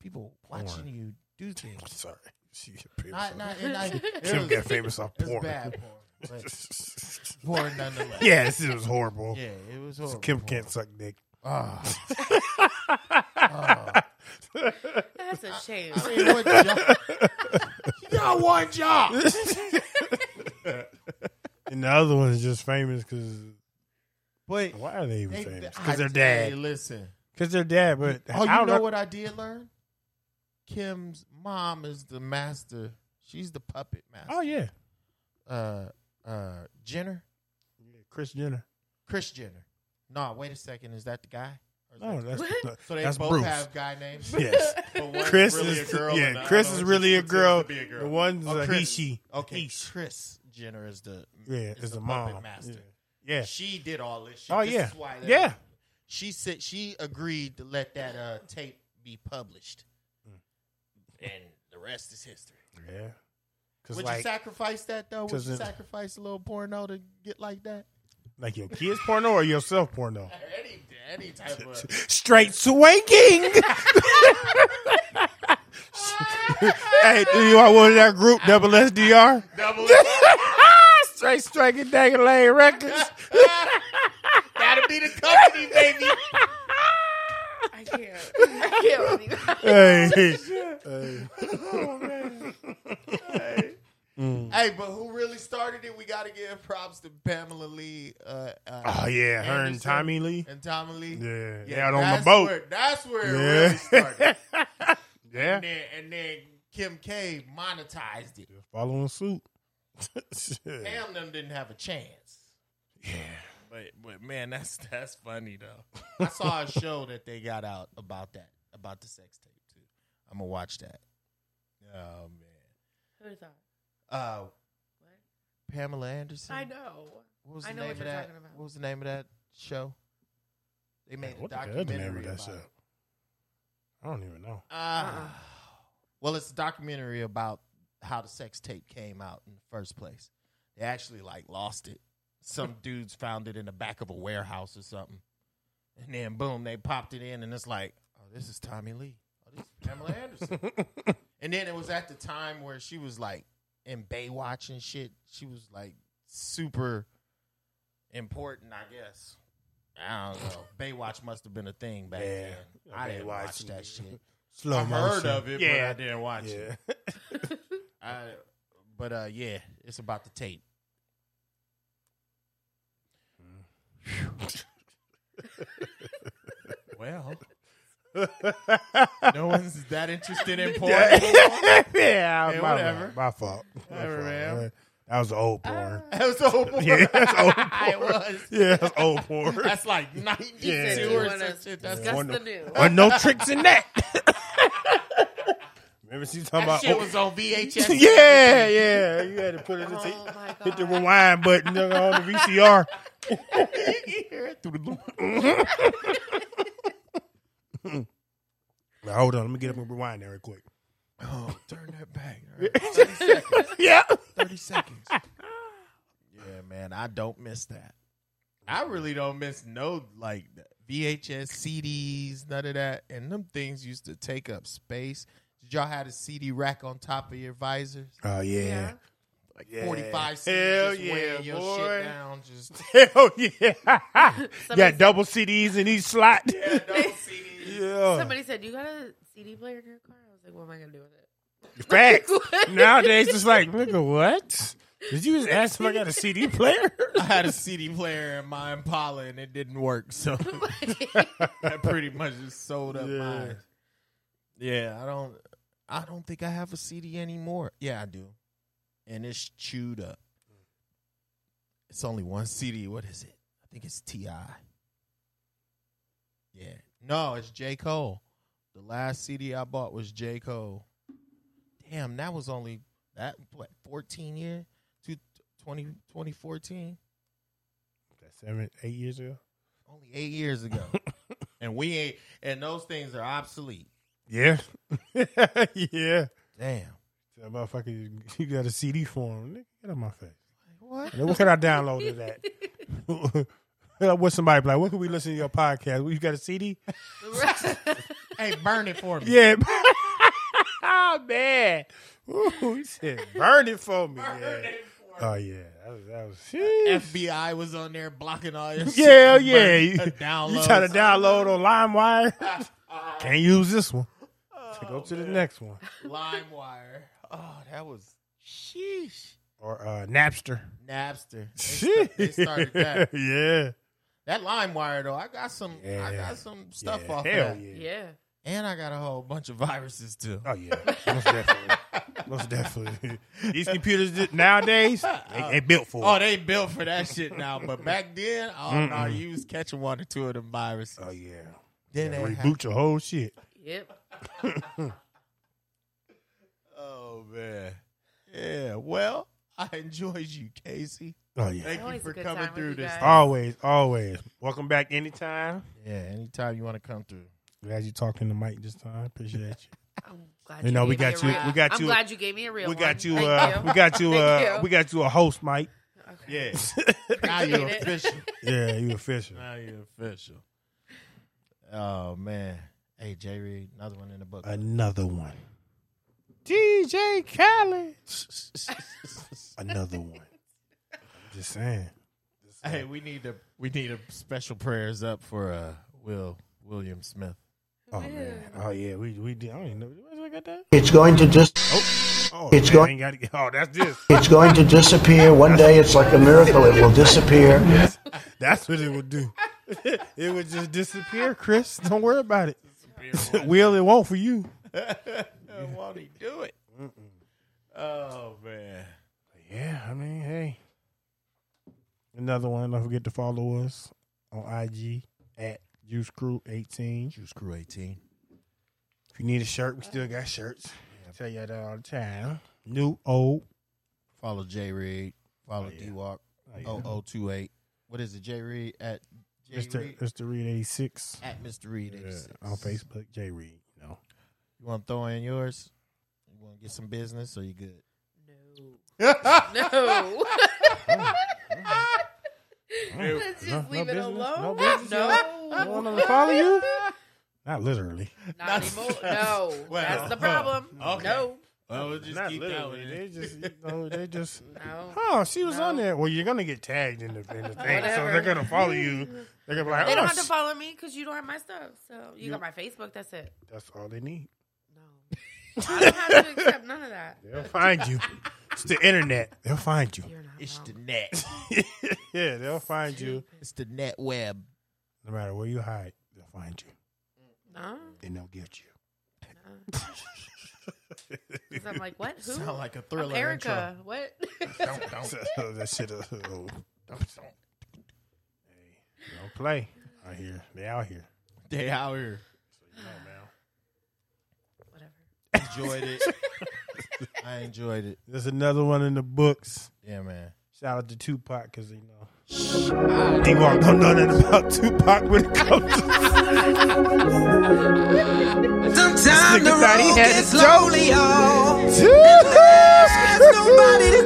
[SPEAKER 4] people watching
[SPEAKER 3] Porn.
[SPEAKER 4] you do things.
[SPEAKER 3] Sorry. She got famous.
[SPEAKER 4] Not,
[SPEAKER 3] off-
[SPEAKER 4] not, and I, it
[SPEAKER 3] Kim
[SPEAKER 4] was,
[SPEAKER 3] got famous off
[SPEAKER 4] it was
[SPEAKER 3] porn.
[SPEAKER 4] bad porn, but porn nonetheless.
[SPEAKER 3] yeah, this shit was horrible.
[SPEAKER 4] yeah, it was horrible.
[SPEAKER 3] Kim can't suck dick.
[SPEAKER 4] Ah.
[SPEAKER 5] That's a shame.
[SPEAKER 4] I mean, what job? you got one job.
[SPEAKER 3] And the other one is just famous because
[SPEAKER 4] But
[SPEAKER 3] why are they even
[SPEAKER 4] they-
[SPEAKER 3] famous?
[SPEAKER 4] I
[SPEAKER 3] Because they're
[SPEAKER 4] tell you,
[SPEAKER 3] dad.
[SPEAKER 4] Listen,
[SPEAKER 3] Because they're dad. But
[SPEAKER 4] oh,
[SPEAKER 3] I
[SPEAKER 4] you
[SPEAKER 3] don't
[SPEAKER 4] know what I did learn? Kim's mom is the master. She's the puppet
[SPEAKER 3] Oh
[SPEAKER 4] master.
[SPEAKER 3] yeah,
[SPEAKER 4] Uh, uh, Jenner.
[SPEAKER 3] Chris Jenner.
[SPEAKER 4] Chris Jenner. No, wait a second. Is that the guy? Or is
[SPEAKER 3] No,
[SPEAKER 4] that-
[SPEAKER 3] that's
[SPEAKER 5] What?
[SPEAKER 4] so they
[SPEAKER 3] Oh, that's
[SPEAKER 4] both
[SPEAKER 3] Bruce.
[SPEAKER 4] have guy names.
[SPEAKER 3] yes.
[SPEAKER 4] But one's
[SPEAKER 3] Chris
[SPEAKER 4] really
[SPEAKER 3] is
[SPEAKER 4] a girl and the
[SPEAKER 3] yeah.
[SPEAKER 4] other
[SPEAKER 3] Chris
[SPEAKER 4] one
[SPEAKER 3] is
[SPEAKER 4] just
[SPEAKER 3] really a
[SPEAKER 4] pretends to
[SPEAKER 3] girl.
[SPEAKER 4] be a girl.
[SPEAKER 3] The one's
[SPEAKER 4] Oh,
[SPEAKER 3] a he
[SPEAKER 4] Chris.
[SPEAKER 3] she.
[SPEAKER 4] Okay,
[SPEAKER 3] He, she.
[SPEAKER 4] Chris Jenner is the
[SPEAKER 3] Yeah,
[SPEAKER 4] is
[SPEAKER 3] is
[SPEAKER 4] the,
[SPEAKER 3] the
[SPEAKER 4] puppet
[SPEAKER 3] mom.
[SPEAKER 4] master.
[SPEAKER 3] Yeah.
[SPEAKER 4] She did all this. shit.
[SPEAKER 3] Oh
[SPEAKER 4] This
[SPEAKER 3] yeah.
[SPEAKER 4] is why that-
[SPEAKER 3] Yeah.
[SPEAKER 4] She said she agreed to let that uh, tape be published,
[SPEAKER 3] Hmm.
[SPEAKER 4] and the rest is history.
[SPEAKER 3] Yeah. Cause
[SPEAKER 4] Would you
[SPEAKER 3] like,
[SPEAKER 4] sacrifice that though? Would
[SPEAKER 3] 'cause
[SPEAKER 4] you
[SPEAKER 3] it-
[SPEAKER 4] sacrifice a little porno to get like that?
[SPEAKER 3] like your kids porno or yourself porno?
[SPEAKER 4] Any any type of
[SPEAKER 3] Straight swanking. hey, do you want one of that group? Double SDR.
[SPEAKER 4] double.
[SPEAKER 3] Straight striking, dangling lane records.
[SPEAKER 4] That'll be the company, baby.
[SPEAKER 5] I can't. I can't with you.
[SPEAKER 3] hey,
[SPEAKER 4] Hey, but who really started it? We got to give props to Pamela Lee. Uh, uh,
[SPEAKER 3] Oh yeah, her and
[SPEAKER 4] Anderson
[SPEAKER 3] Tommy Lee.
[SPEAKER 4] And Tommy Lee.
[SPEAKER 3] Yeah, they out on the
[SPEAKER 4] that's
[SPEAKER 3] boat.
[SPEAKER 4] Where, that's where
[SPEAKER 3] Yeah.
[SPEAKER 4] it really started.
[SPEAKER 3] Yeah.
[SPEAKER 4] and, then, and then Kim K monetized it.
[SPEAKER 3] Following suit. yeah.
[SPEAKER 4] Pam them didn't have a chance. But but man, that's that's funny though. I saw a show that they got out about that about the sex tape too. I'm gonna watch that. Oh man.
[SPEAKER 5] Who thought?
[SPEAKER 4] Uh,
[SPEAKER 5] What?
[SPEAKER 4] Pamela Anderson.
[SPEAKER 5] I know.
[SPEAKER 4] What was the
[SPEAKER 5] I know
[SPEAKER 4] name
[SPEAKER 5] what
[SPEAKER 4] of
[SPEAKER 5] you're
[SPEAKER 4] that?
[SPEAKER 5] talking about.
[SPEAKER 4] What was the name of that show? They made a
[SPEAKER 3] What the hell
[SPEAKER 4] documentary
[SPEAKER 3] is the name of that
[SPEAKER 4] about
[SPEAKER 3] show?
[SPEAKER 4] it.
[SPEAKER 3] I don't even know.
[SPEAKER 4] Ah. well, it's a documentary about how the sex tape came out in the first place. They actually like lost it. Some dudes found it in the back of a warehouse or something, and then boom, they popped it in, and it's like, oh, this is Tommy Lee. Oh, this is Pamela Anderson. and then it was at the time where she was like in Baywatch and shit. She was like super important, I guess. I don't know. Baywatch must have been a thing back
[SPEAKER 3] Yeah.
[SPEAKER 4] then. I didn't
[SPEAKER 3] Baywatch
[SPEAKER 4] watch that
[SPEAKER 3] and-
[SPEAKER 4] shit.
[SPEAKER 3] Slow
[SPEAKER 4] I heard
[SPEAKER 3] motion.
[SPEAKER 4] of it,
[SPEAKER 3] Yeah.
[SPEAKER 4] but I didn't watch it.
[SPEAKER 3] yeah.
[SPEAKER 4] I, but uh, yeah, it's about the tape. Well, no one's that interested in porn. anymore.
[SPEAKER 3] yeah,
[SPEAKER 4] Hey,
[SPEAKER 3] my,
[SPEAKER 4] whatever.
[SPEAKER 3] my fault. My
[SPEAKER 4] Whatever,
[SPEAKER 3] fault,
[SPEAKER 4] man. Uh.
[SPEAKER 3] That was old porn.
[SPEAKER 4] That was old porn.
[SPEAKER 3] yeah, that's old porn.
[SPEAKER 4] it was.
[SPEAKER 3] Yeah, that's old porn.
[SPEAKER 4] That's like 92
[SPEAKER 3] Yeah.
[SPEAKER 5] Said you
[SPEAKER 4] or
[SPEAKER 5] wanna
[SPEAKER 4] some shit. That's
[SPEAKER 5] discuss
[SPEAKER 3] One-
[SPEAKER 5] the new.
[SPEAKER 3] Or no tricks in that. Remember she's talking
[SPEAKER 4] that
[SPEAKER 3] about. oh,
[SPEAKER 4] shit was on VHS.
[SPEAKER 3] yeah, yeah. You had to put it into,
[SPEAKER 5] Oh my
[SPEAKER 3] hit the
[SPEAKER 5] God.
[SPEAKER 3] rewind button you know, on the VCR. Now, hold on, let me get up and rewind that real quick.
[SPEAKER 4] Oh, turn that back.
[SPEAKER 3] Yeah.
[SPEAKER 4] 30 seconds. yeah, man, I don't miss that. I really don't miss no like VHS CDs, none of that. And them things used to take up space. Did y'all had a CD rack on top of your visors?
[SPEAKER 3] Oh yeah.
[SPEAKER 5] Yeah.
[SPEAKER 4] Like
[SPEAKER 3] Yeah.
[SPEAKER 4] 45
[SPEAKER 3] Hell
[SPEAKER 4] CDs just
[SPEAKER 3] yeah,
[SPEAKER 4] weighing your
[SPEAKER 3] boy.
[SPEAKER 4] shit down. Just
[SPEAKER 3] Hell yeah. yeah,
[SPEAKER 5] said-
[SPEAKER 3] double CDs in each slot. Yeah.
[SPEAKER 5] Somebody said, "You got a CD player in your car?" I was like, "What am I gonna do with it?"
[SPEAKER 3] Facts.
[SPEAKER 5] What?
[SPEAKER 3] Nowadays, it's like, nigga, what? Did you just ask if I got a CD player?
[SPEAKER 4] I had a CD player in my Impala and it didn't work, so that pretty much just sold up
[SPEAKER 3] Yeah.
[SPEAKER 4] mine. Yeah, I don't. I don't think I have a CD anymore. Yeah, I do, and it's chewed up. It's only one CD. What is it? I think it's Ti. Yeah, no, it's J Cole. The last CD I bought was J Cole. Damn, that was only that what fourteen year to 20, 2014?
[SPEAKER 3] Seven, eight years ago.
[SPEAKER 4] only eight years ago, and we ain't. And those things are obsolete.
[SPEAKER 3] Yeah. yeah.
[SPEAKER 4] Damn.
[SPEAKER 3] That motherfucker, you- you got a CD for him. Nigga, get out my face.
[SPEAKER 4] What?
[SPEAKER 3] Now, What can I download of that? what somebody be like, what can we listen to your podcast? Well, you got a CD?
[SPEAKER 4] hey, burn it for me.
[SPEAKER 3] Yeah. oh, man. Ooh, he said, burn it for me. yeah. Oh, yeah. That was, that was
[SPEAKER 4] FBI was on there blocking all your shit.
[SPEAKER 3] Yeah, yeah. You,
[SPEAKER 4] Burn the downloads.
[SPEAKER 3] you try to download on LimeWire? Can't use this one. So go to the next one.
[SPEAKER 4] LimeWire. Oh, that was sheesh.
[SPEAKER 3] Or uh, Napster.
[SPEAKER 4] Napster. They, sta- they started that.
[SPEAKER 3] yeah.
[SPEAKER 4] That LimeWire though, I got some. I
[SPEAKER 3] Yeah.
[SPEAKER 4] got some stuff
[SPEAKER 3] yeah.
[SPEAKER 4] off of
[SPEAKER 3] Hell
[SPEAKER 4] that.
[SPEAKER 3] yeah.
[SPEAKER 5] yeah.
[SPEAKER 4] and I got a whole bunch of viruses too.
[SPEAKER 3] Oh yeah, most definitely, most definitely. These computers di- nowadays they, they built for.
[SPEAKER 4] Oh,
[SPEAKER 3] it.
[SPEAKER 4] they built for that shit now, but back then, oh no, you was catching one or two of them viruses.
[SPEAKER 3] Oh yeah,
[SPEAKER 4] then they had-
[SPEAKER 3] reboot your whole shit.
[SPEAKER 5] Yep.
[SPEAKER 4] Oh man. Yeah. Well, I enjoyed you, Casey.
[SPEAKER 3] Oh yeah,
[SPEAKER 4] Thank you
[SPEAKER 5] Always
[SPEAKER 4] for
[SPEAKER 5] a good
[SPEAKER 4] coming
[SPEAKER 5] time with
[SPEAKER 4] through
[SPEAKER 5] you
[SPEAKER 4] this.
[SPEAKER 5] guys.
[SPEAKER 3] always, always. Welcome back anytime.
[SPEAKER 4] Yeah. Anytime you want to come through.
[SPEAKER 3] Glad you talking to Mike this time. Appreciate you.
[SPEAKER 5] I'm glad
[SPEAKER 3] You know, we
[SPEAKER 5] gave
[SPEAKER 3] got
[SPEAKER 5] me a
[SPEAKER 3] you-
[SPEAKER 5] real-
[SPEAKER 3] we got
[SPEAKER 5] I'm
[SPEAKER 3] you-
[SPEAKER 5] glad you gave me a real
[SPEAKER 3] We
[SPEAKER 5] one.
[SPEAKER 3] got you.
[SPEAKER 5] Thank
[SPEAKER 3] Uh,
[SPEAKER 5] you.
[SPEAKER 3] we got you.
[SPEAKER 5] Thank
[SPEAKER 3] Uh,
[SPEAKER 5] you.
[SPEAKER 3] we got you a host, Mike.
[SPEAKER 4] Yeah. now you're official.
[SPEAKER 3] Yeah, you official.
[SPEAKER 4] Now you're official. Oh man. Hey, J Reed, another one in the book.
[SPEAKER 3] Another one. DJ Khaled. Another one. I'm just saying.
[SPEAKER 4] hey, we need to we need a special prayers up for uh Will William Smith.
[SPEAKER 3] Oh man. Oh yeah. We we did. I don't even know. Where did I get that?
[SPEAKER 7] It's going to just
[SPEAKER 3] Oh,
[SPEAKER 7] It's
[SPEAKER 3] man,
[SPEAKER 7] go-
[SPEAKER 3] I ain't gotta get- oh, that's this.
[SPEAKER 7] it's going to disappear. One day it's like a miracle. It will disappear.
[SPEAKER 3] That's what it would do. it would just disappear, Chris. Don't worry about it. Will it won't for you.
[SPEAKER 4] Won't he do it? Oh man.
[SPEAKER 3] Yeah, I mean, hey. Another one. Don't forget to follow us on IG at Juice Crew 18.
[SPEAKER 4] Juice Crew 18.
[SPEAKER 3] If you need a shirt, we still got shirts. tell you that all the time. New, old.
[SPEAKER 4] Follow J Reed. Follow
[SPEAKER 3] Oh, yeah.
[SPEAKER 4] D Walk.
[SPEAKER 3] Oh, yeah.
[SPEAKER 4] 0028. What is it, J Reed? At J
[SPEAKER 3] Mr.
[SPEAKER 4] Reed?
[SPEAKER 3] Mr. Reed 86.
[SPEAKER 4] At Mr. Reed.
[SPEAKER 3] uh,
[SPEAKER 4] 86.
[SPEAKER 3] Yeah, on Facebook, J Reed. You know.
[SPEAKER 4] You want to throw in yours? You want to get some business or you good?
[SPEAKER 5] No. Let's just
[SPEAKER 3] No- no
[SPEAKER 5] leave it
[SPEAKER 3] business?
[SPEAKER 5] alone.
[SPEAKER 3] No business?
[SPEAKER 5] No.
[SPEAKER 3] You want them to follow you? Not literally.
[SPEAKER 5] Not anymore. No.
[SPEAKER 4] Well,
[SPEAKER 5] That's the problem.
[SPEAKER 4] okay.
[SPEAKER 5] No.
[SPEAKER 4] Well, we'll just
[SPEAKER 3] Not
[SPEAKER 4] keep that
[SPEAKER 3] literally.
[SPEAKER 4] one.
[SPEAKER 3] They just, you know, they just.
[SPEAKER 5] No.
[SPEAKER 3] Oh, she was
[SPEAKER 5] No.
[SPEAKER 3] on there. Well, you're gonna get tagged in the, in the thing, so
[SPEAKER 5] Whatever.
[SPEAKER 3] they're gonna follow you. They're gonna be like,
[SPEAKER 5] They
[SPEAKER 3] oh,
[SPEAKER 5] don't have to
[SPEAKER 3] s-
[SPEAKER 5] follow me because you don't have my stuff. So you got my Facebook. That's it.
[SPEAKER 3] that's all they need.
[SPEAKER 5] No. I don't have to accept none of that.
[SPEAKER 3] They'll find you. it's the internet. They'll find you.
[SPEAKER 5] You're not
[SPEAKER 4] It's the
[SPEAKER 5] wrong.
[SPEAKER 4] net.
[SPEAKER 3] yeah, they'll find you.
[SPEAKER 4] it's the net web.
[SPEAKER 3] No matter where you hide, they'll find you
[SPEAKER 5] Huh?
[SPEAKER 3] and they'll get you.
[SPEAKER 5] 'Cause I'm like, what? Who?
[SPEAKER 4] Sound like a
[SPEAKER 5] I'm
[SPEAKER 4] thriller intro.
[SPEAKER 5] Erica. What?
[SPEAKER 4] Don't, don't,
[SPEAKER 3] So, that shit. Uh, don't
[SPEAKER 4] don't, don't.
[SPEAKER 3] play out here. They out here.
[SPEAKER 4] They out here.
[SPEAKER 5] Whatever.
[SPEAKER 4] Enjoyed it. I enjoyed it.
[SPEAKER 3] There's another one in the books.
[SPEAKER 4] Yeah, man.
[SPEAKER 3] Shout out to Tupac because you know. d don't know nothing about Tupac when it comes to
[SPEAKER 1] Sometimes the
[SPEAKER 3] Nigga thought he
[SPEAKER 1] road
[SPEAKER 3] had
[SPEAKER 1] gets
[SPEAKER 3] a joke.
[SPEAKER 1] lonely, y'all. There's nobody to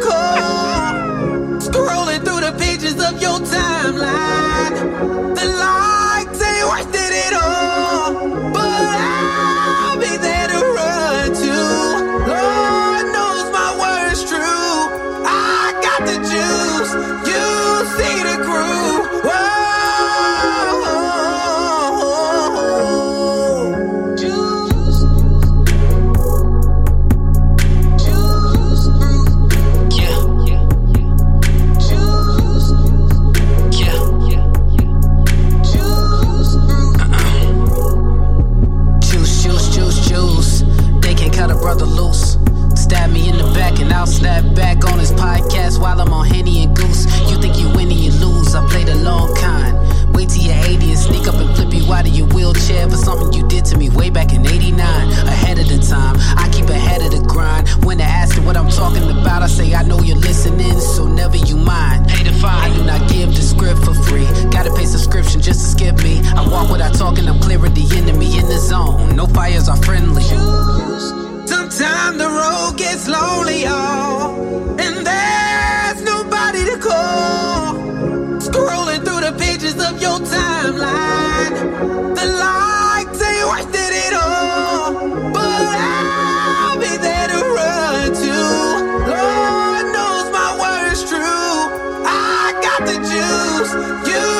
[SPEAKER 1] call. Scrolling through the pages of your timeline. The likes ain't worth it at all. But I'll be there to run to. Lord knows my word's true. I got the juice. You see the groove. Whoa. Juice. Juice. Juice. Juice.
[SPEAKER 8] Juice, juice, juice, juice. They can cut a brother loose. Stab me in the back and I'll snap back on his podcast while I'm on Henny and Goose. You think you win and you lose. I played a long con. Wait till you're 80 and sneak up and flip you out of your wheelchair for something you did to me way back in 89. Ahead of the time, I keep ahead of the grind. When they ask you what I'm talking about, I say I know you're listening, so never you mind. Hey, I do not give the script for free. Gotta pay subscription just to skip me. I walk without talking, I'm clear of the enemy in the zone. No fires are friendly.
[SPEAKER 1] Sometimes the road gets lonely, y'all, and there's nobody to call. Scrolling through the pages of your timeline, the likes ain't worth it at all. But I'll be there to run to. Lord knows my word's true. I got the juice. You
[SPEAKER 2] Oh,